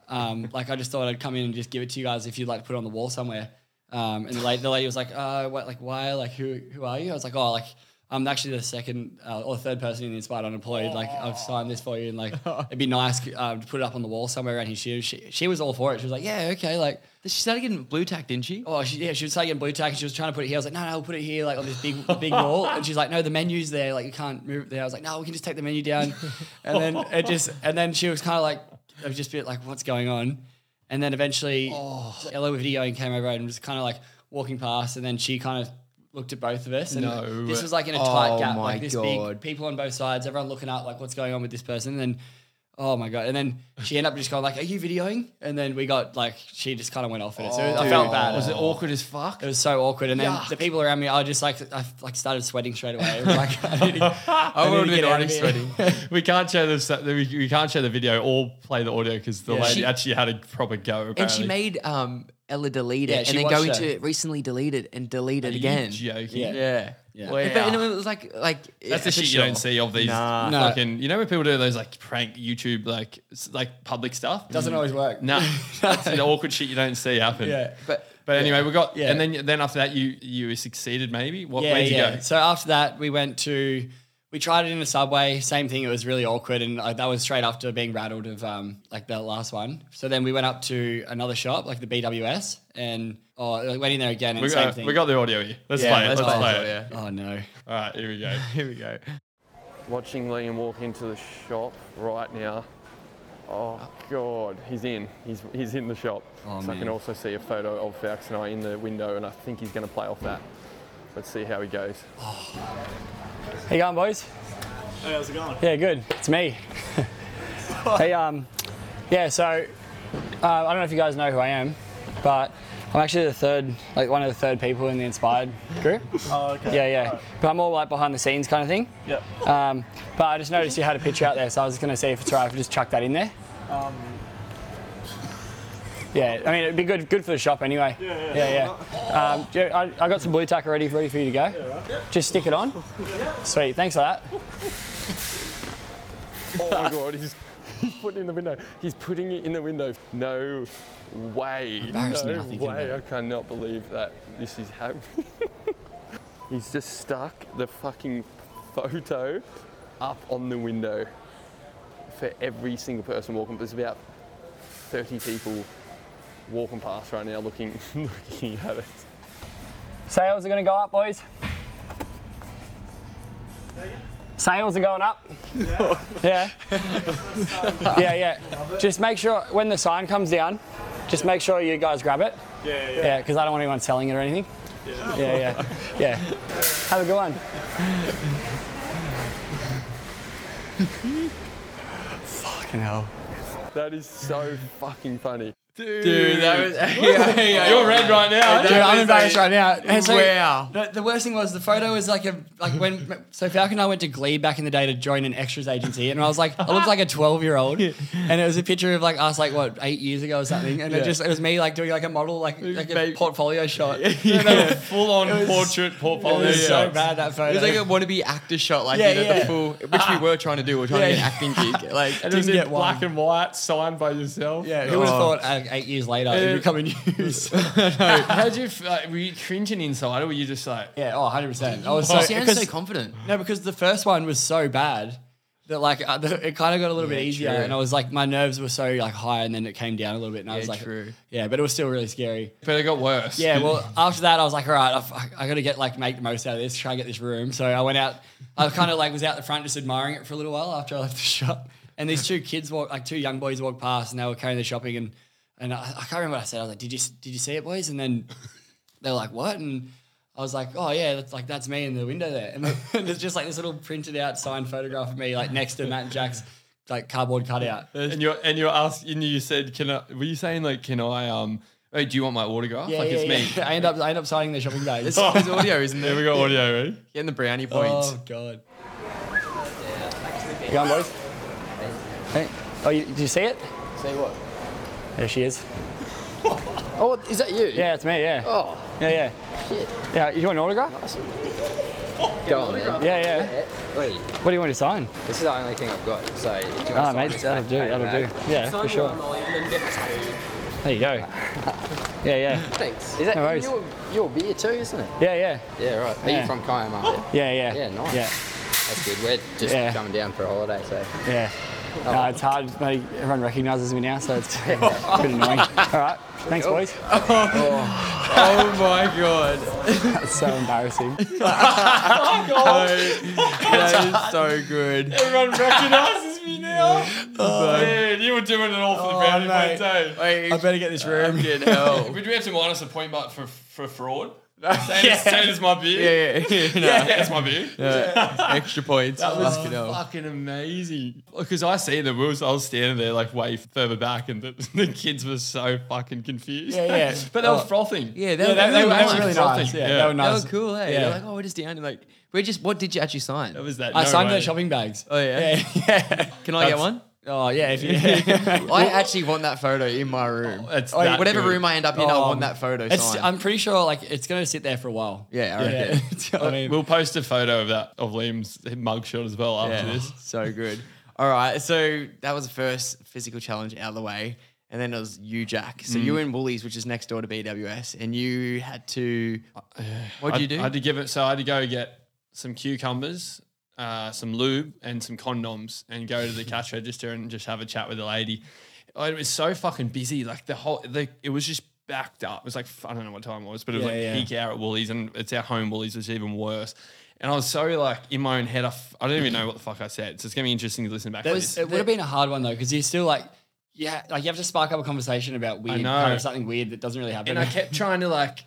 Speaker 3: Um, like I just thought I'd come in and just give it to you guys if you'd like to put it on the wall somewhere. Um, and the lady, the lady was like, uh, what, like, why, like, who, who are you? I was like, oh, like, I'm actually the second uh, or third person in the Inspired Unemployed. Like, I've signed this for you, and like, it'd be nice uh, to put it up on the wall somewhere around here. She, she, she was all for it. She was like, yeah, okay, like,
Speaker 4: She started getting blue tack, didn't she?
Speaker 3: Oh, she, yeah, she was taking blue tack and she was trying to put it here. I was like, no, no, we'll put it here, like on this big, big wall. And she's like, no, the menu's there. Like, you can't move it there. I was like, no, we can just take the menu down. And then it just, and then she was kind of like, I was just a bit like, what's going on? And then eventually,
Speaker 4: Oh.
Speaker 3: Ella with video and came over and was kind of like walking past. And then she kind of looked at both of us. And
Speaker 2: No.
Speaker 3: this was like in a tight
Speaker 4: Oh
Speaker 3: gap,
Speaker 4: my
Speaker 3: like this
Speaker 4: God.
Speaker 3: big people on both sides, everyone looking up, like, what's going on with this person? And then, Oh my god! And then she ended up just going like, "Are you videoing?" And then we got like, she just kind of went off in it. So I felt bad.
Speaker 2: Oh. Was it awkward as fuck?
Speaker 3: It was so awkward, and then the people around me, I just like, I like started sweating straight away. It was like, I need to, I
Speaker 4: would've been
Speaker 3: need to get out of
Speaker 4: already
Speaker 3: here.
Speaker 4: sweating.
Speaker 2: we can't show the we, we can't show the video or play the audio because the
Speaker 3: Yeah.
Speaker 2: lady
Speaker 4: She-
Speaker 2: actually had a proper go. Apparently.
Speaker 4: And she made um Ella delete it,
Speaker 3: Yeah, she
Speaker 4: and then go
Speaker 3: watched
Speaker 4: into
Speaker 3: it.
Speaker 4: recently delete it and delete it
Speaker 2: Are you
Speaker 4: again.
Speaker 2: joking?
Speaker 3: Yeah.
Speaker 4: Yeah.
Speaker 3: Yeah.
Speaker 4: But, and it was like like
Speaker 2: That's the
Speaker 4: for
Speaker 2: shit you
Speaker 4: sure.
Speaker 2: don't see of these
Speaker 5: Nah.
Speaker 3: No.
Speaker 2: fucking. You know when people do those like prank YouTube like s- like public stuff? Mm.
Speaker 3: Doesn't always work.
Speaker 2: Nah, that's the awkward shit you don't see happen.
Speaker 3: Yeah.
Speaker 4: But
Speaker 2: But anyway, we got
Speaker 3: Yeah.
Speaker 2: and then then after that you you succeeded maybe. What
Speaker 3: Yeah,
Speaker 2: where'd you
Speaker 3: yeah.
Speaker 2: go?
Speaker 3: So after that, we went to we tried it in the subway. Same thing. It was really awkward, and uh, that was straight after being rattled of um, like the last one. So then we went up to another shop, like the BWS, and oh, like, went in there again. And
Speaker 2: We
Speaker 3: same
Speaker 2: got,
Speaker 3: thing.
Speaker 2: we got the audio here. Let's
Speaker 4: Yeah,
Speaker 2: play it. Let's, play, it.
Speaker 3: oh no.
Speaker 2: All right, here we go.
Speaker 4: Here we go.
Speaker 2: Watching Liam walk into the shop right now. Oh God, he's in. He's he's in the shop.
Speaker 3: Oh,
Speaker 2: so I
Speaker 3: man.
Speaker 2: can also see a photo of Fax and I in the window, and I think he's going to play off that. Let's see how he goes.
Speaker 3: Hey, going, boys?
Speaker 7: Hey, how's it going?
Speaker 3: Yeah, good. It's me. hey, um, yeah. So uh, I don't know if you guys know who I am, but I'm actually the third, like one of the third people in the Inspired group.
Speaker 7: Oh, okay.
Speaker 3: Yeah, yeah. But I'm all like behind the scenes kind of thing.
Speaker 7: Yep.
Speaker 3: Um, but I just noticed you had a picture out there, so I was just gonna see if it's all right if I just chuck that in there.
Speaker 7: Um,
Speaker 3: Yeah, I mean it'd be good, good for the shop anyway.
Speaker 7: yeah,
Speaker 3: yeah. yeah. Um, do you- I, I got some blue tack already, ready for you to go. Just stick it on. Sweet, thanks for that.
Speaker 2: Oh my God, he's he's putting it in the window. He's putting it in the window. No way.
Speaker 3: Embarrassed me
Speaker 2: no
Speaker 3: now thinking
Speaker 2: way.
Speaker 3: about
Speaker 2: I cannot believe that this is happening. he's just stuck the fucking photo up on the window for every single person walking. There's about 30 people walking past right now looking looking at it.
Speaker 3: Sales are gonna go up, boys. Sales are going up. Yeah. yeah, yeah. Just make sure when the sign comes down, just make sure you guys grab it.
Speaker 7: yeah, yeah.
Speaker 3: Yeah, because I don't want anyone selling it or anything. Yeah, yeah, yeah. Have a good one. Fucking hell.
Speaker 2: That is so fucking funny.
Speaker 4: Dude, that was. Yeah, yeah,
Speaker 2: You're red right now.
Speaker 4: Dude, I'm embarrassed right
Speaker 3: now.
Speaker 4: Wow.
Speaker 3: The, the worst thing was the photo was like a like when so Falcon and I went to Glee back in the day to join an extras agency, and I was like I looked like a twelve year old, and it was a picture of like us like what eight years ago or something, and it just it was me like doing like a model like like a
Speaker 4: Mate.
Speaker 3: portfolio shot.
Speaker 2: Full on portrait
Speaker 3: It
Speaker 2: portfolio.
Speaker 3: was so bad that photo.
Speaker 4: It was like a wannabe actor shot, like
Speaker 3: Yeah,
Speaker 4: you know,
Speaker 3: yeah. Ah.
Speaker 4: the full, which we were trying to do. We are trying to
Speaker 3: Yeah.
Speaker 4: get an acting gig. Like,
Speaker 2: And it was
Speaker 3: Didn't
Speaker 2: in
Speaker 3: get
Speaker 2: black
Speaker 3: one.
Speaker 2: and white, signed by yourself.
Speaker 3: yeah, who would have
Speaker 4: Oh.
Speaker 3: thought uh, eight years later it'd become in use?
Speaker 2: How did you? f- Like, were you cringing inside, or were you just like?
Speaker 3: yeah, oh, 100 percent. I was
Speaker 4: so,
Speaker 3: so,
Speaker 4: he sounds so
Speaker 3: because,
Speaker 4: confident.
Speaker 3: no, because the first one was so bad that like uh, the, it kind of got a little bit easier,
Speaker 4: true.
Speaker 3: and I was like my nerves were so like high, and then it came down a little bit, and I was like,
Speaker 4: true.
Speaker 3: yeah, but it was still really scary.
Speaker 2: But it got worse.
Speaker 3: Yeah, well, after that, I was like, all right, I've- I, I got to get like make the most out of this. Try and get this room. So I went out. I kind of like was out the front, just admiring it for a little while after I left the shop. And these two kids walk, like two young boys walked past, and they were carrying the shopping. And and I, I can't remember what I said. I was like, did you did you see it, boys? And then they were like, what? And I was like, oh yeah, that's like that's me in the window there. And, and there's just like this little printed out signed photograph of me, like next to Matt and Jack's like cardboard cutout.
Speaker 2: And you're and you're asked, and you said, "Can I?" Were you saying like, "Can I?" Um, hey, do you want my autograph?
Speaker 3: Yeah,
Speaker 2: like
Speaker 3: yeah,
Speaker 2: it's
Speaker 3: yeah. I end up I end up signing the shopping bag.
Speaker 4: It's, it's audio, isn't
Speaker 2: me. There
Speaker 4: it?
Speaker 2: we go, audio. Ready?
Speaker 4: Getting the brownie points.
Speaker 3: Oh god. You on, boys? Hey. Oh, you, did you see it?
Speaker 4: Say what?
Speaker 3: There she is.
Speaker 4: Oh, is that you?
Speaker 3: Yeah, it's me. Yeah. Oh. Yeah, yeah. Yeah. You want an autograph?
Speaker 8: Go on, man.
Speaker 3: Yeah, yeah.
Speaker 8: Wait,
Speaker 3: What do you want to sign?
Speaker 8: this is the only thing I've got, so if you want to
Speaker 3: Ah,
Speaker 8: sign
Speaker 3: mate,
Speaker 8: this
Speaker 3: that'll
Speaker 8: back,
Speaker 3: do.
Speaker 8: pay me
Speaker 3: That'll do.
Speaker 8: back.
Speaker 3: Yeah, for sure. There you go. Yeah, yeah.
Speaker 8: Thanks. Is that
Speaker 3: No worries.
Speaker 8: your, your beer too, isn't it?
Speaker 3: Yeah, yeah.
Speaker 8: Yeah, right. Are
Speaker 3: Yeah.
Speaker 8: you from Kiama? aren't you?
Speaker 3: Yeah, yeah.
Speaker 8: Yeah, nice.
Speaker 3: Yeah,
Speaker 8: That's good. We're just
Speaker 3: Yeah.
Speaker 8: coming down for a holiday, so.
Speaker 3: yeah. No, it's hard. mate, Everyone recognises me now, so it's pretty annoying. All right. Thanks, boys.
Speaker 4: Oh my god.
Speaker 3: That's so embarrassing. Oh.
Speaker 4: That is so good.
Speaker 2: Everyone recognizes me now. man, you were doing it all for the brownie
Speaker 3: Oh. mate.
Speaker 2: point day.
Speaker 4: Wait,
Speaker 3: I better get this room.
Speaker 4: fucking hell.
Speaker 2: Would you have to minus a point mark for for fraud? Same, as, same as my beer.
Speaker 4: Yeah, yeah, yeah. No,
Speaker 2: That's my beer.
Speaker 4: Extra points. Fucking hell.
Speaker 2: fucking amazing. Because I see the rules, I was standing there like way further back, and the, the kids were so fucking confused.
Speaker 3: Yeah, yeah.
Speaker 2: but they were
Speaker 3: Oh.
Speaker 2: frothing.
Speaker 4: Yeah,
Speaker 3: Yeah,
Speaker 4: that,
Speaker 3: they,
Speaker 4: was
Speaker 3: they, were- they
Speaker 4: nice.
Speaker 3: were really nice. Yeah, they were
Speaker 4: That
Speaker 3: nice.
Speaker 4: was cool, eh?
Speaker 3: Yeah.
Speaker 4: They're like, oh, we're just down. and Like, we're just, what did you actually sign?
Speaker 2: That was that.
Speaker 3: I
Speaker 2: no
Speaker 3: signed
Speaker 2: way.
Speaker 3: the shopping bags.
Speaker 4: oh, yeah.
Speaker 3: Yeah, yeah.
Speaker 4: Can I get
Speaker 2: That's-
Speaker 4: one?
Speaker 3: Oh yeah, if you, yeah.
Speaker 4: I actually want that photo in my room.
Speaker 2: That's
Speaker 4: Like,
Speaker 2: that
Speaker 4: whatever
Speaker 2: good.
Speaker 4: room I end up in, I
Speaker 3: Oh,
Speaker 4: want that photo
Speaker 3: It's,
Speaker 4: signed.
Speaker 3: I'm pretty sure like it's gonna sit there for a while.
Speaker 4: yeah, I
Speaker 3: yeah.
Speaker 4: reckon.
Speaker 3: I mean,
Speaker 2: We'll post a photo of that of Liam's mugshot as well after
Speaker 4: Yeah,
Speaker 2: this.
Speaker 4: so good. All right, so that was the first physical challenge out of the way, and then it was you, Jack. So
Speaker 3: Mm.
Speaker 4: you were in Woolies, which is next door to BWS, and you had to. What
Speaker 3: Uh,
Speaker 2: I,
Speaker 4: would you do?
Speaker 2: I had to give it. So I had to go get some cucumbers, uh, some lube and some condoms and go to the cash register and just have a chat with the lady. Oh, It was so fucking busy. Like the whole, the, it was just backed up. It was like, I don't know what time it was, but it was
Speaker 3: Yeah,
Speaker 2: like
Speaker 3: yeah.
Speaker 2: peak hour at Woolies and it's our home Woolies, which is even worse. And I was so like in my own head, I, f- I don't even know what the fuck I said. So it's going to be interesting to listen back to
Speaker 3: It,
Speaker 2: this.
Speaker 3: was, it would have been a hard one though, because you're still like, yeah, like you have to spark up a conversation about weird,
Speaker 2: know.
Speaker 3: kind of something weird that doesn't really happen.
Speaker 2: and I kept trying to like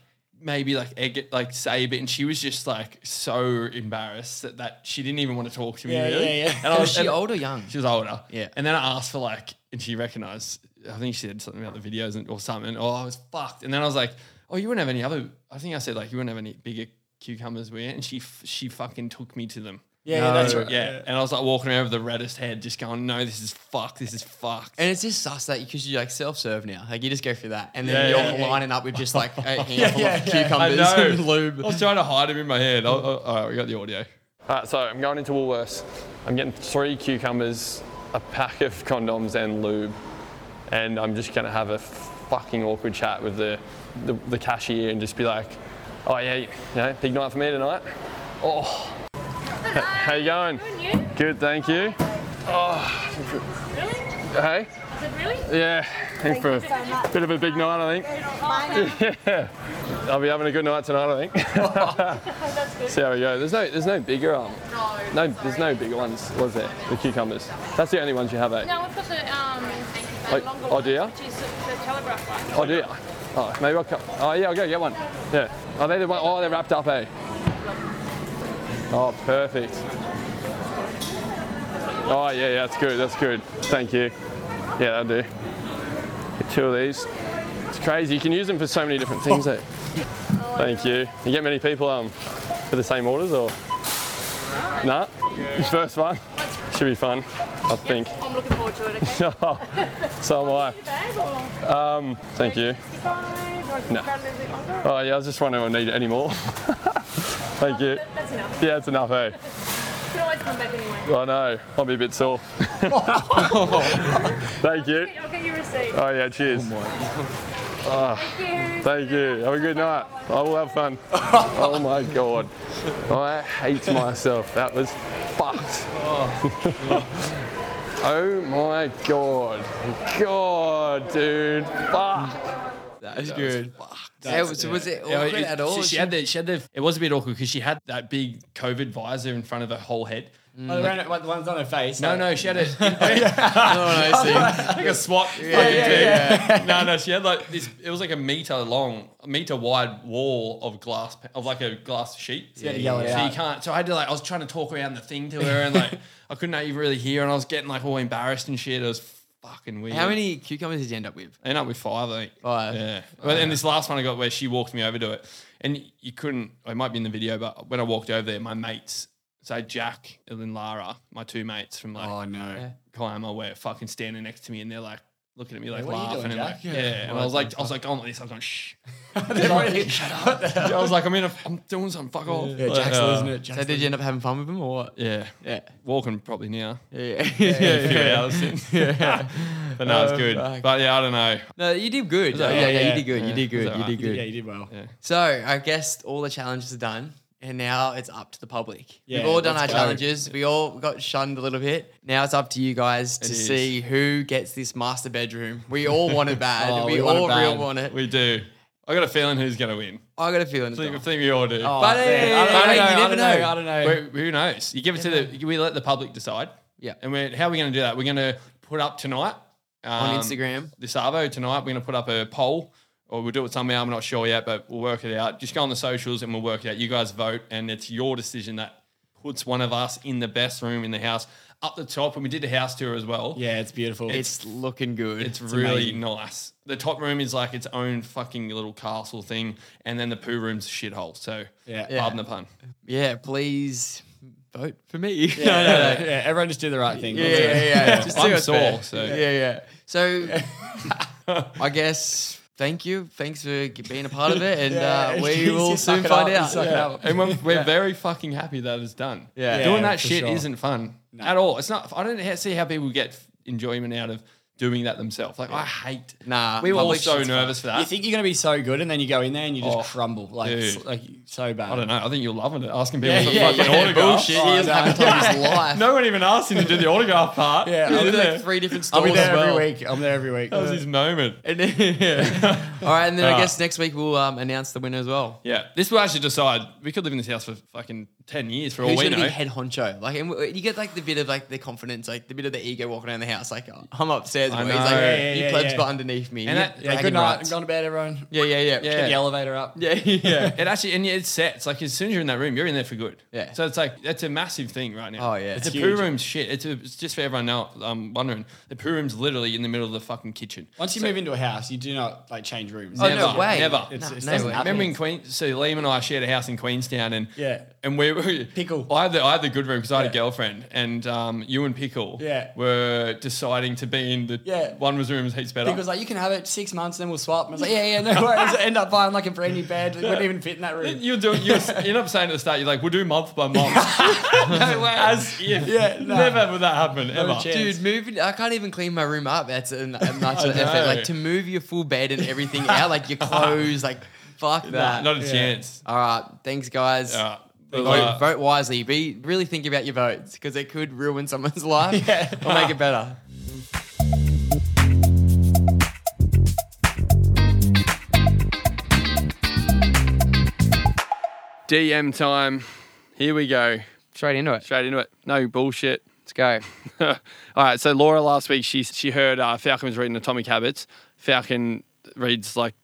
Speaker 2: maybe like egg it, like say a bit, and she was just like so embarrassed that, that she didn't even want to talk to me.
Speaker 3: Yeah,
Speaker 2: really.
Speaker 3: yeah, yeah.
Speaker 2: And I
Speaker 4: Was
Speaker 2: was,
Speaker 4: she
Speaker 2: and-
Speaker 4: old or young?
Speaker 2: She was older.
Speaker 4: Yeah.
Speaker 2: And then I asked for like, and she recognized. I think she said something about the videos and, or something. Oh, I was fucked. And then I was like, oh, you wouldn't have any other. I think I said like you wouldn't have any bigger cucumbers, were you? And she f- she fucking took me to them.
Speaker 3: yeah, yeah, that's
Speaker 2: So,
Speaker 3: right.
Speaker 2: yeah. And I was like walking around with the reddest head, just going, no, this is fucked. This is fucked.
Speaker 4: And it's just sus that because you like self serve now. Like you just go through that, and then
Speaker 2: Yeah,
Speaker 4: you're
Speaker 2: yeah.
Speaker 4: lining up with just like a handful
Speaker 3: yeah,
Speaker 4: of
Speaker 3: yeah.
Speaker 4: cucumbers
Speaker 2: I
Speaker 4: and
Speaker 2: know.
Speaker 4: lube.
Speaker 2: I was trying to hide him in my head. Oh, oh, all right, we got the audio. All right, so I'm going into Woolworths. I'm getting three cucumbers, a pack of condoms, and lube. And I'm just going to have a fucking awkward chat with the, the, the cashier and just be like, oh, yeah, you know, big night for me tonight. Oh. How you going?
Speaker 7: Good, and
Speaker 2: Good, thank you.
Speaker 7: you? Really?
Speaker 2: Hey?
Speaker 7: Oh. Is it really?
Speaker 2: Yeah, thanks for a bit of a big night, I think. Yeah. I'll be having a good night tonight, I think.
Speaker 7: That's good.
Speaker 2: See how we go. There's no, there's no bigger um, no, there's no bigger ones, was there? The cucumbers. That's the only ones you have, eh?
Speaker 7: No, we've got the um,
Speaker 2: Like,
Speaker 7: longer
Speaker 2: oh, do ya?
Speaker 7: ones, which is the, the telegraph one.
Speaker 2: Oh, do you? Oh, maybe I'll. Come. Oh, yeah, I'll go get one. Yeah. Are they the one? Oh, they're wrapped up, eh? Oh, perfect. Oh, yeah, yeah, that's good. That's good. Thank you. Yeah, that'll do. Get two of these. It's crazy. You can use them for so many different things, eh? Thank you. You get many people um for the same orders or? Nah. First one. Should be fun, I think.
Speaker 7: I'm looking forward to it. Okay.
Speaker 2: so am I.
Speaker 7: Your bag or
Speaker 2: Thank you.
Speaker 7: goodbye, or
Speaker 2: No.
Speaker 7: grab a little bit longer?
Speaker 2: Oh yeah, I was just wondering if I need any more. Thank you.
Speaker 7: That- That's enough.
Speaker 2: Yeah, it's enough, eh?
Speaker 7: You can always come back anyway.
Speaker 2: I know. I'll be a bit sore. Thank you.
Speaker 7: I'll get your receipt.
Speaker 2: Oh yeah, cheers.
Speaker 7: Thank you.
Speaker 2: Thank you. Have a good night. I will have fun. Oh my god. I hate myself. That was fucked. Oh my god. God, dude. Fuck.
Speaker 4: That was good.
Speaker 3: That's-
Speaker 4: was, was it
Speaker 2: Yeah,
Speaker 4: awkward
Speaker 2: it-
Speaker 4: at all?
Speaker 2: She, she had the, she had the, it was a bit awkward because she had that big COVID visor in front of her whole head.
Speaker 3: Oh, the, random- the one's on her face.
Speaker 2: No,
Speaker 3: like-
Speaker 2: no, she had a, like a swap. fucking
Speaker 3: yeah,
Speaker 2: thing. No, no, she had like this. It was like a meter long, a meter wide wall of glass, of like a glass sheet.
Speaker 3: you had to yell it
Speaker 2: So you
Speaker 3: out.
Speaker 2: can't. So I had to like, I was trying to talk around the thing to her, and like I couldn't even really hear, and I was getting like all embarrassed and shit. It was fucking weird.
Speaker 4: How many cucumbers did you end up with?
Speaker 2: I ended up with five, I think.
Speaker 4: Five.
Speaker 2: Yeah. But and this last one I got where she walked me over to it. And you couldn't, it might be in the video, but when I walked over there, my mates, so Jack and then Lara, my two mates from like
Speaker 3: Oh no.
Speaker 2: Kiama, were fucking standing next to me and they're like looking at me like
Speaker 3: what are you
Speaker 2: laughing
Speaker 3: doing,
Speaker 2: and like,
Speaker 3: Jack?
Speaker 2: yeah.
Speaker 3: Yeah.
Speaker 2: And I was like, I was like, going like this. I was going, shh.
Speaker 3: Shut up.
Speaker 2: I was like, I'm in a, I'm doing something, fuck off.
Speaker 3: Yeah,
Speaker 2: Like,
Speaker 3: Jack's
Speaker 2: uh,
Speaker 3: losing it. Jack's
Speaker 4: So did you end up having fun with them or what?
Speaker 2: Yeah.
Speaker 4: Yeah.
Speaker 2: Walking probably now.
Speaker 4: Yeah. yeah, yeah,
Speaker 2: A few hours since. But no, it's
Speaker 4: Oh,
Speaker 2: good.
Speaker 4: fuck.
Speaker 2: But yeah, I don't know.
Speaker 4: No, you did good.
Speaker 2: that
Speaker 4: yeah, yeah,
Speaker 2: right?
Speaker 4: you did good.
Speaker 2: Yeah.
Speaker 4: You did
Speaker 2: Is
Speaker 4: good.
Speaker 2: that
Speaker 4: You
Speaker 2: right?
Speaker 4: did good.
Speaker 3: Yeah, you did well.
Speaker 4: So I guess all the challenges are done, and now it's up to the public.
Speaker 3: Yeah,
Speaker 4: We've all done our
Speaker 3: let's go.
Speaker 4: challenges. We all got shunned a little bit. Now it's up to you guys to
Speaker 2: is.
Speaker 4: see who gets this master bedroom. We all want it bad.
Speaker 3: Oh,
Speaker 4: we,
Speaker 3: we want it
Speaker 4: all really
Speaker 3: bad.
Speaker 4: want it.
Speaker 2: We do. I got a feeling who's going to win.
Speaker 4: I got a feeling.
Speaker 2: I
Speaker 4: it's
Speaker 2: think, I
Speaker 4: on.
Speaker 2: think we all do. uh,
Speaker 4: But
Speaker 3: Oh, man,
Speaker 4: hey,
Speaker 3: I don't
Speaker 4: hey,
Speaker 3: know,
Speaker 4: you
Speaker 3: I
Speaker 4: never
Speaker 3: don't know,
Speaker 4: know.
Speaker 3: I don't know.
Speaker 2: Who- who knows? You give it to the. We let the public decide.
Speaker 4: Yeah.
Speaker 2: And we're, how are we going to do that? We're going to put up tonight
Speaker 4: on
Speaker 2: um,
Speaker 4: Instagram.
Speaker 2: This Arvo tonight, we're going to put up a poll, or we'll do it somehow. I'm not sure yet, but we'll work it out. Just go on the socials and we'll work it out. You guys vote, and it's your decision that puts one of us in the best room in the house up the top. And we did a house tour as well.
Speaker 3: Yeah, it's beautiful.
Speaker 4: It's looking good.
Speaker 2: It's, really
Speaker 3: amazing.
Speaker 2: nice. The top room is like its own fucking little castle thing, and then the poo room's a shithole. So,
Speaker 3: Yeah.
Speaker 4: Yeah.
Speaker 2: pardon the pun.
Speaker 4: yeah. Please vote for me.
Speaker 3: no, no, no. Yeah, everyone just do the right thing.
Speaker 4: Yeah, yeah, yeah. yeah. Just do
Speaker 2: I'm
Speaker 4: what's
Speaker 2: sore,
Speaker 4: fair.
Speaker 2: so-
Speaker 4: yeah, yeah. So I guess thank you. Thanks for g- being a part of it, and uh,
Speaker 3: Yeah,
Speaker 4: we
Speaker 3: you
Speaker 4: will
Speaker 3: suck
Speaker 4: soon
Speaker 3: it
Speaker 4: find
Speaker 3: up, you
Speaker 4: out.
Speaker 3: suck it
Speaker 4: Yeah.
Speaker 3: up.
Speaker 2: And we're, we're very fucking happy that it's done.
Speaker 4: Yeah.
Speaker 2: Doing
Speaker 3: Yeah,
Speaker 2: that
Speaker 3: for
Speaker 2: shit
Speaker 3: sure.
Speaker 2: isn't fun at all. It's not, I don't ha- see how people get enjoyment out of doing that themselves. Like I hate.
Speaker 8: Nah,
Speaker 2: we were all
Speaker 8: public
Speaker 2: so
Speaker 8: shit's
Speaker 2: nervous for that.
Speaker 3: You think you're going to be so good, and then you go in there and you just
Speaker 2: Oh,
Speaker 3: crumble like s-
Speaker 2: dude.
Speaker 3: like so bad.
Speaker 2: I don't know. I think you're loving it. Asking people
Speaker 3: Yeah,
Speaker 2: for
Speaker 3: yeah,
Speaker 2: fucking
Speaker 3: yeah.
Speaker 2: autographs.
Speaker 8: Bullshit. He doesn't have a time in his life.
Speaker 2: No one even asked him to do the autograph part.
Speaker 3: Yeah,
Speaker 2: He
Speaker 3: I'll
Speaker 2: did
Speaker 3: do
Speaker 2: it.
Speaker 8: Three different
Speaker 3: I'll
Speaker 8: stores
Speaker 3: be there
Speaker 8: as well.
Speaker 3: every week. I'm there every week.
Speaker 2: That was his moment.
Speaker 8: And then- All right, and then
Speaker 2: Ah.
Speaker 8: I guess next week we'll um, announce the winner as well.
Speaker 2: Yeah, this will actually decide. We could live in this house for fucking ten years for all
Speaker 8: Who's
Speaker 2: we
Speaker 8: going to
Speaker 2: know.
Speaker 8: be head honcho? Like, and w- you get like the bit of like the confidence, like the bit of the ego walking around the house. Like, oh, I'm upstairs.
Speaker 2: I
Speaker 8: and He's
Speaker 2: know.
Speaker 8: like,
Speaker 2: Yeah,
Speaker 3: yeah,
Speaker 8: you
Speaker 3: yeah,
Speaker 8: plebs
Speaker 3: yeah.
Speaker 8: got underneath me.
Speaker 2: And
Speaker 8: you
Speaker 2: that-
Speaker 3: yeah,
Speaker 8: bragging
Speaker 3: good night.
Speaker 8: rights.
Speaker 3: Gone to bed, everyone.
Speaker 8: Yeah, yeah, yeah,
Speaker 3: Get the
Speaker 2: Yeah.
Speaker 3: elevator up.
Speaker 8: yeah, yeah.
Speaker 2: It actually and it sets like as soon as you're in that room, you're in there for good.
Speaker 8: Yeah.
Speaker 2: So it's like that's a massive thing right now.
Speaker 8: Oh, yeah.
Speaker 2: It's,
Speaker 8: It's
Speaker 2: a poo room's shit. It's, a, it's just for everyone now. I'm wondering the poo room's literally in the middle of the fucking kitchen.
Speaker 3: Once you move into a house, you do not like change rooms.
Speaker 8: Oh,
Speaker 2: Never,
Speaker 8: no way.
Speaker 2: Never.
Speaker 3: It's- it's
Speaker 8: no
Speaker 3: doesn't
Speaker 8: way.
Speaker 3: happen.
Speaker 2: Remember in Queen, so Liam and I shared a house in Queenstown, and
Speaker 3: Yeah.
Speaker 2: and we were
Speaker 3: Pickle.
Speaker 2: I had the, I had the good room because I had a
Speaker 3: Yeah.
Speaker 2: girlfriend, and um, you and Pickle,
Speaker 3: Yeah.
Speaker 2: were deciding to be in the
Speaker 3: Yeah.
Speaker 2: one was room was heaps better.
Speaker 3: He was like, you can have it six months, then we'll swap. And I was like, yeah, yeah, no worries. I end up buying like a brand new bed. It wouldn't even fit in that room.
Speaker 2: You're doing. You're, you end up saying at the start, you're like, "We'll do month by month." no way. As if.
Speaker 3: Yeah, no.
Speaker 2: Never would that happen ever.
Speaker 3: chance.
Speaker 8: Dude, moving. I can't even clean my room up. That's an, a
Speaker 2: I
Speaker 8: much
Speaker 2: know.
Speaker 8: effort. Like to move your full bed and everything out, like your clothes, like fuck
Speaker 2: Nah,
Speaker 8: that.
Speaker 2: not a
Speaker 3: Yeah.
Speaker 2: chance.
Speaker 8: All right, thanks guys.
Speaker 2: All right.
Speaker 8: Vote,
Speaker 2: Uh,
Speaker 8: vote wisely. Be really think about your votes because it could ruin someone's life
Speaker 3: Yeah.
Speaker 8: or make it better.
Speaker 2: DM time. Here we go.
Speaker 8: Straight into it.
Speaker 2: Straight into it. No bullshit.
Speaker 8: Let's go.
Speaker 2: All right. So Laura last week she she heard uh, Falcon was reading Atomic Habits. Falcon reads like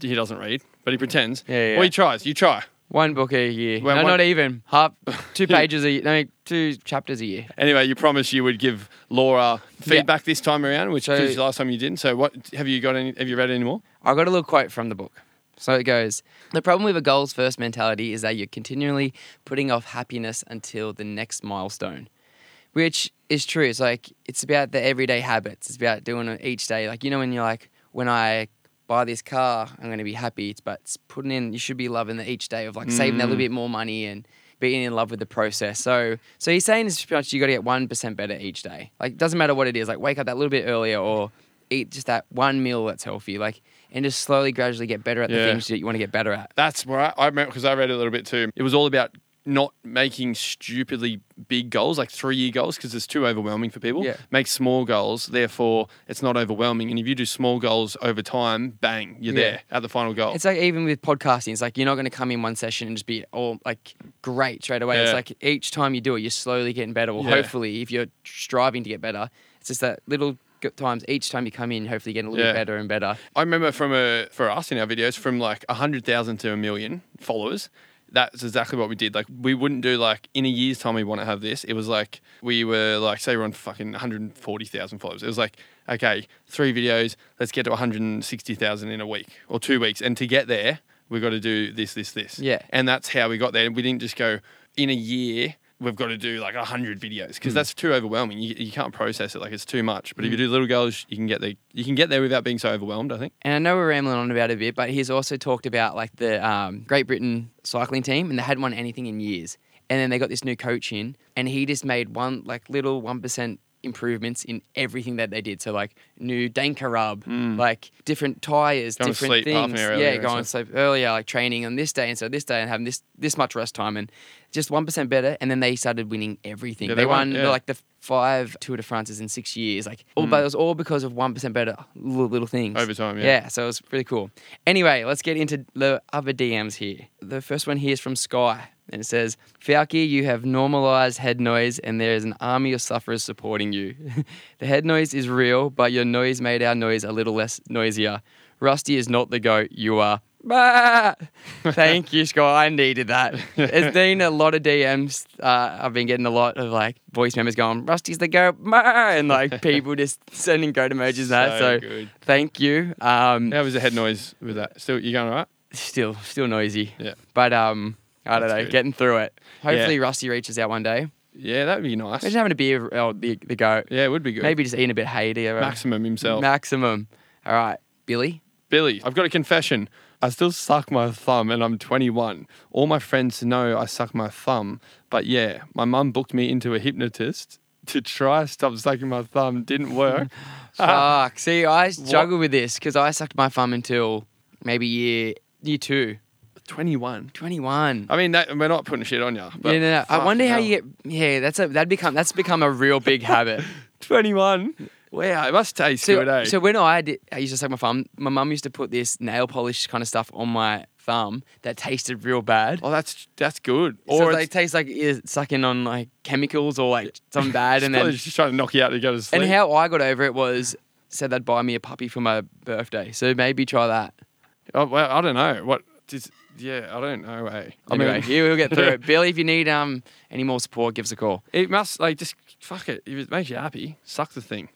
Speaker 2: he doesn't read, but he pretends.
Speaker 4: Yeah, yeah.
Speaker 2: Well, he tries. You try.
Speaker 4: One book a year.
Speaker 2: Well,
Speaker 4: no,
Speaker 2: one-
Speaker 4: not even half. Two
Speaker 2: Yeah.
Speaker 4: pages a year. No, two chapters a year.
Speaker 2: Anyway, you promised you would give Laura feedback this time around, which
Speaker 4: So-
Speaker 2: is last time you didn't. So what have you got? Any? Have you read any more?
Speaker 4: I got a little quote from the book. So it goes The problem with a goals first mentality is that you're continually putting off happiness until the next milestone, which is true. It's like, it's about the everyday habits, it's about doing it each day. Like, you know, when you're like, when I buy this car, I'm going to be happy. It's, but it's putting in, you should be loving the each day of like saving a little bit more money and being in love with the process. So, so he's saying it's pretty much you got to get 1% better each day. Like, it doesn't matter what it is, like, wake up that little bit earlier or eat just that one meal that's healthy, like, and just slowly, gradually get better at
Speaker 2: Yeah.
Speaker 4: the things that you want to get better at.
Speaker 2: That's right. I remember because I read it a little bit too. It was all about not making stupidly big goals, like three year goals, because it's too overwhelming for people.
Speaker 4: Yeah.
Speaker 2: Make small goals, therefore it's not overwhelming. And if you do small goals over time, bang, you're
Speaker 4: Yeah.
Speaker 2: there at the final goal.
Speaker 4: It's like even with podcasting, it's like you're not going to come in one session and just be all like great straight away.
Speaker 2: Yeah.
Speaker 4: It's like each time you do it, you're slowly getting better. Or
Speaker 2: Yeah.
Speaker 4: hopefully, if you're striving to get better, it's just that little g- times each time you come in, hopefully getting a little
Speaker 2: Yeah.
Speaker 4: bit better and better.
Speaker 2: I remember from a for us in our videos from like hundred thousand to a million followers. That's exactly what we did. Like we wouldn't do like in a year's time we want to have this. It was like we were like say we're on fucking one hundred forty thousand followers. It was like okay, three videos. Let's get to one hundred sixty thousand in a week or two weeks. And to get there, we got to do this, this, this.
Speaker 4: Yeah.
Speaker 2: And that's how we got there. We didn't just go in a year. We've got to do like hundred videos
Speaker 4: Hmm.
Speaker 2: because that's too overwhelming. You, you can't process it. Like it's too much. But if you do little goals, you can get there. You can get there without being so overwhelmed. I think.
Speaker 4: And I know we're rambling on about it a bit, but he's also talked about like the um, Great Britain cycling team, and they hadn't won anything in years. And then they got this new coach in, and he just made one like little one percent improvements in everything that they did. So like new Danker rub, like different tires,
Speaker 2: Hmm. Going to
Speaker 4: different
Speaker 2: sleep
Speaker 4: things.
Speaker 2: half an hour earlier
Speaker 4: yeah,
Speaker 2: and
Speaker 4: going to
Speaker 2: stuff.
Speaker 4: sleep earlier, like training on this day and so this day, and having this this much rest time, and just one percent better. And then they started winning everything.
Speaker 2: Yeah,
Speaker 4: they,
Speaker 2: they won,
Speaker 4: won,
Speaker 2: yeah.
Speaker 4: like the five Tour de France's in six years. Like all, but it was all because of one percent better little, little things
Speaker 2: Over time, yeah.
Speaker 4: Yeah, so it was pretty cool. Anyway, let's get into the other DMs here. The first one here is from Sky, and it says, Falky, you have normalized head noise, and there is an army of sufferers supporting you. the head noise is real, but your noise made our noise a little less noisier. Rusty is not the goat, you are. Bah! Thank you, Sky. I needed that. It's been a lot of DMs. Uh, I've been getting a lot of like voice members going, Rusty's the goat, bah! and like people just sending goat emojis. and that.
Speaker 2: So
Speaker 4: So
Speaker 2: good.
Speaker 4: thank you. Um,
Speaker 2: How was the head noise with that? Still, you going all right?
Speaker 4: still, still noisy.
Speaker 2: Yeah.
Speaker 4: But um, I don't
Speaker 2: That's
Speaker 4: know,
Speaker 2: good.
Speaker 4: getting through it. Hopefully, Rusty reaches out one day.
Speaker 2: Yeah, that would be nice.
Speaker 4: Imagine having a beer, oh, the, the goat.
Speaker 2: Yeah, it would be good.
Speaker 4: Maybe just eating a bit Haiti. or-
Speaker 2: maximum himself.
Speaker 4: Maximum. All right, Billy.
Speaker 2: Billy, I've got a confession. I still suck my thumb, and I'm 21. All my friends know I suck my thumb, but yeah, my mum booked me into a hypnotist. to try and stop sucking my thumb didn't work.
Speaker 4: Fuck. See, I struggle with this because I sucked my thumb until maybe year year two,
Speaker 2: 21.
Speaker 4: 21.
Speaker 2: I mean, that, we're not putting shit on you.
Speaker 4: yeah, no, no. I wonder how you get. Yeah, that's a that become that's become a real big habit.
Speaker 2: 21. Wow, it must taste good, eh?
Speaker 4: So, so when I did, I used to suck my thumb. My mum used to put this nail polish kind of stuff on my thumb that tasted real bad.
Speaker 2: oh, that's that's good.
Speaker 4: Or
Speaker 2: Or
Speaker 4: so they
Speaker 2: it's,
Speaker 4: taste like yeah, sucking on like chemicals or like something bad,
Speaker 2: it's
Speaker 4: and
Speaker 2: probably
Speaker 4: then
Speaker 2: just trying to knock you out to go to sleep.
Speaker 4: and how I got over it was said they'd buy me a puppy for my birthday. So maybe try that.
Speaker 2: Oh, well, I don't know. What? Is, yeah, I don't know, eh? I
Speaker 4: Anyway,
Speaker 2: mean,
Speaker 4: you will get through it. Billy, if you need um any more support, give us a call.
Speaker 2: it must like just fuck it. If it makes you happy, suck the thing.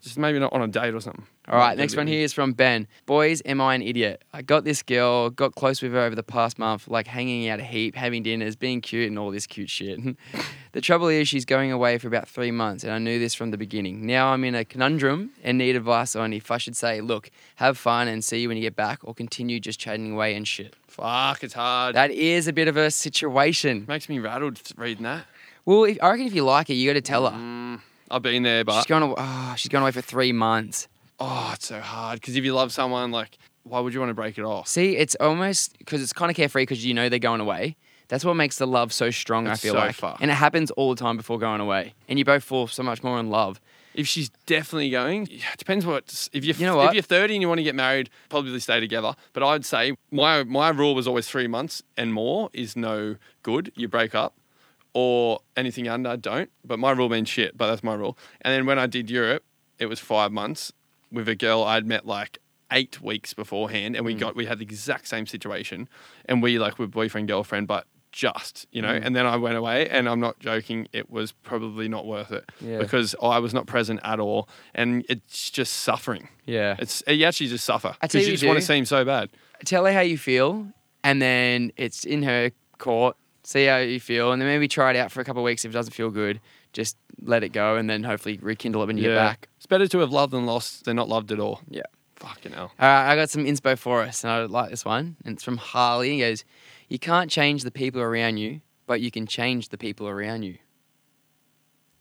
Speaker 2: Just maybe not on a date or something.
Speaker 4: Hmm. All right, next one here is from Ben. Boys, am I an idiot? I got this girl, got close with her over the past month, like hanging out a heap, having dinners, being cute, and all this cute shit. the trouble is, she's going away for about three months, and I knew this from the beginning. Now I'm in a conundrum and need advice on if I should say, look, have fun and see you when you get back, or continue just chatting away and shit.
Speaker 2: Fuck, it's hard.
Speaker 4: That is a bit of a situation.
Speaker 2: makes me rattled reading that.
Speaker 4: Well, if, I reckon if you like it, you got to tell her.
Speaker 2: I've been there, but
Speaker 4: she's gone. Away, oh, she's gone away for three months.
Speaker 2: oh, it's so hard. Because if you love someone, like, why would you want to break it off?
Speaker 4: See, it's almost because it's kind of carefree because you know they're going away. That's what makes the love so strong.
Speaker 2: It's
Speaker 4: I feel
Speaker 2: so
Speaker 4: like,
Speaker 2: fucked.
Speaker 4: and it happens all the time before going away, and you both fall so much more in love.
Speaker 2: If she's definitely going, yeah, it depends what. If you're
Speaker 4: You know what?
Speaker 2: if you're 30 and you want to get married, probably stay together. But I'd say my my rule was always three months and more is no good. You break up, or anything under, don't. But my rule means shit. But that's my rule. And then when I did Europe, it was five months with a girl I'd met like eight weeks beforehand, and we
Speaker 4: Mm.
Speaker 2: got we had the exact same situation, and we like were boyfriend girlfriend, but just you know.
Speaker 4: Mm.
Speaker 2: And then I went away, and I'm not joking. It was probably not worth it
Speaker 4: Yeah.
Speaker 2: because I was not present at all, and it's just suffering.
Speaker 4: Yeah.
Speaker 2: It's you actually just suffer
Speaker 4: I tell you
Speaker 2: because
Speaker 4: what
Speaker 2: you just
Speaker 4: you
Speaker 2: want
Speaker 4: do.
Speaker 2: to seem so bad.
Speaker 4: Uh, Tell her how you feel, and then it's in her court. See how you feel, and then maybe try it out for a couple of weeks. If it doesn't feel good, just let it go, and then hopefully rekindle it when you get back.
Speaker 2: It's better to have loved than lost than not loved at all.
Speaker 4: Yeah.
Speaker 2: Fucking hell.
Speaker 4: All right, Uh, I got some inspo for us, and I like this one. And it's from Harley. He goes, "You can't change the people around you, but you can change the people around you."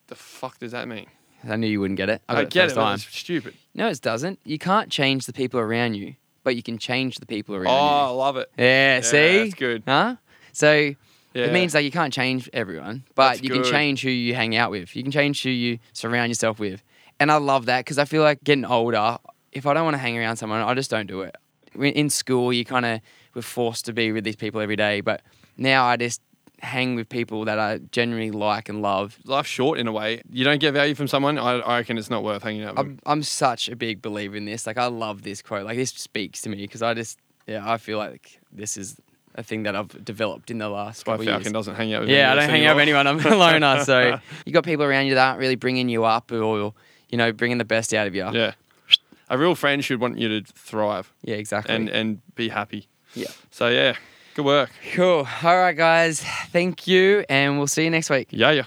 Speaker 2: The fuck does that mean?
Speaker 4: I knew you wouldn't get it. I, got
Speaker 2: I
Speaker 4: it
Speaker 2: get
Speaker 4: first
Speaker 2: it, but
Speaker 4: time.
Speaker 2: it's stupid.
Speaker 4: No, it doesn't. You can't change the people around you, but you can change the people around
Speaker 2: Oh, I love it.
Speaker 4: you. Yeah,
Speaker 2: yeah,
Speaker 4: see?
Speaker 2: that's good.
Speaker 4: Huh? So
Speaker 2: Yeah.
Speaker 4: it means like you can't change everyone, but
Speaker 2: That's
Speaker 4: you
Speaker 2: good.
Speaker 4: can change who you hang out with. You can change who you surround yourself with. And I love that because I feel like getting older, if I don't want to hang around someone, I just don't do it. When- In school, you kind of were forced to be with these people every day, but now I just hang with people that I genuinely like and love.
Speaker 2: life's short in a way. You don't get value from someone, I, I reckon it's not worth hanging out with.
Speaker 4: I'm, I'm such a big believer in this. Like, I love this quote. Like, this speaks to me because I just, yeah, I feel like this is a thing that I've developed in the last
Speaker 2: Why
Speaker 4: couple of
Speaker 2: Falcon
Speaker 4: years.
Speaker 2: doesn't hang out with
Speaker 4: Yeah, I
Speaker 2: anyone
Speaker 4: don't hang out with
Speaker 2: anymore.
Speaker 4: anyone. I'm a loner. So you got people around you that aren't really bringing you up or, you know, bringing the best out of you.
Speaker 2: Yeah. A real friend should want you to thrive
Speaker 4: Yeah, exactly.
Speaker 2: and, uh, and be happy.
Speaker 4: Yeah.
Speaker 2: So, yeah, good work.
Speaker 4: cool. All right, guys. Thank you. And we'll see you next week.
Speaker 2: Yeah, yeah.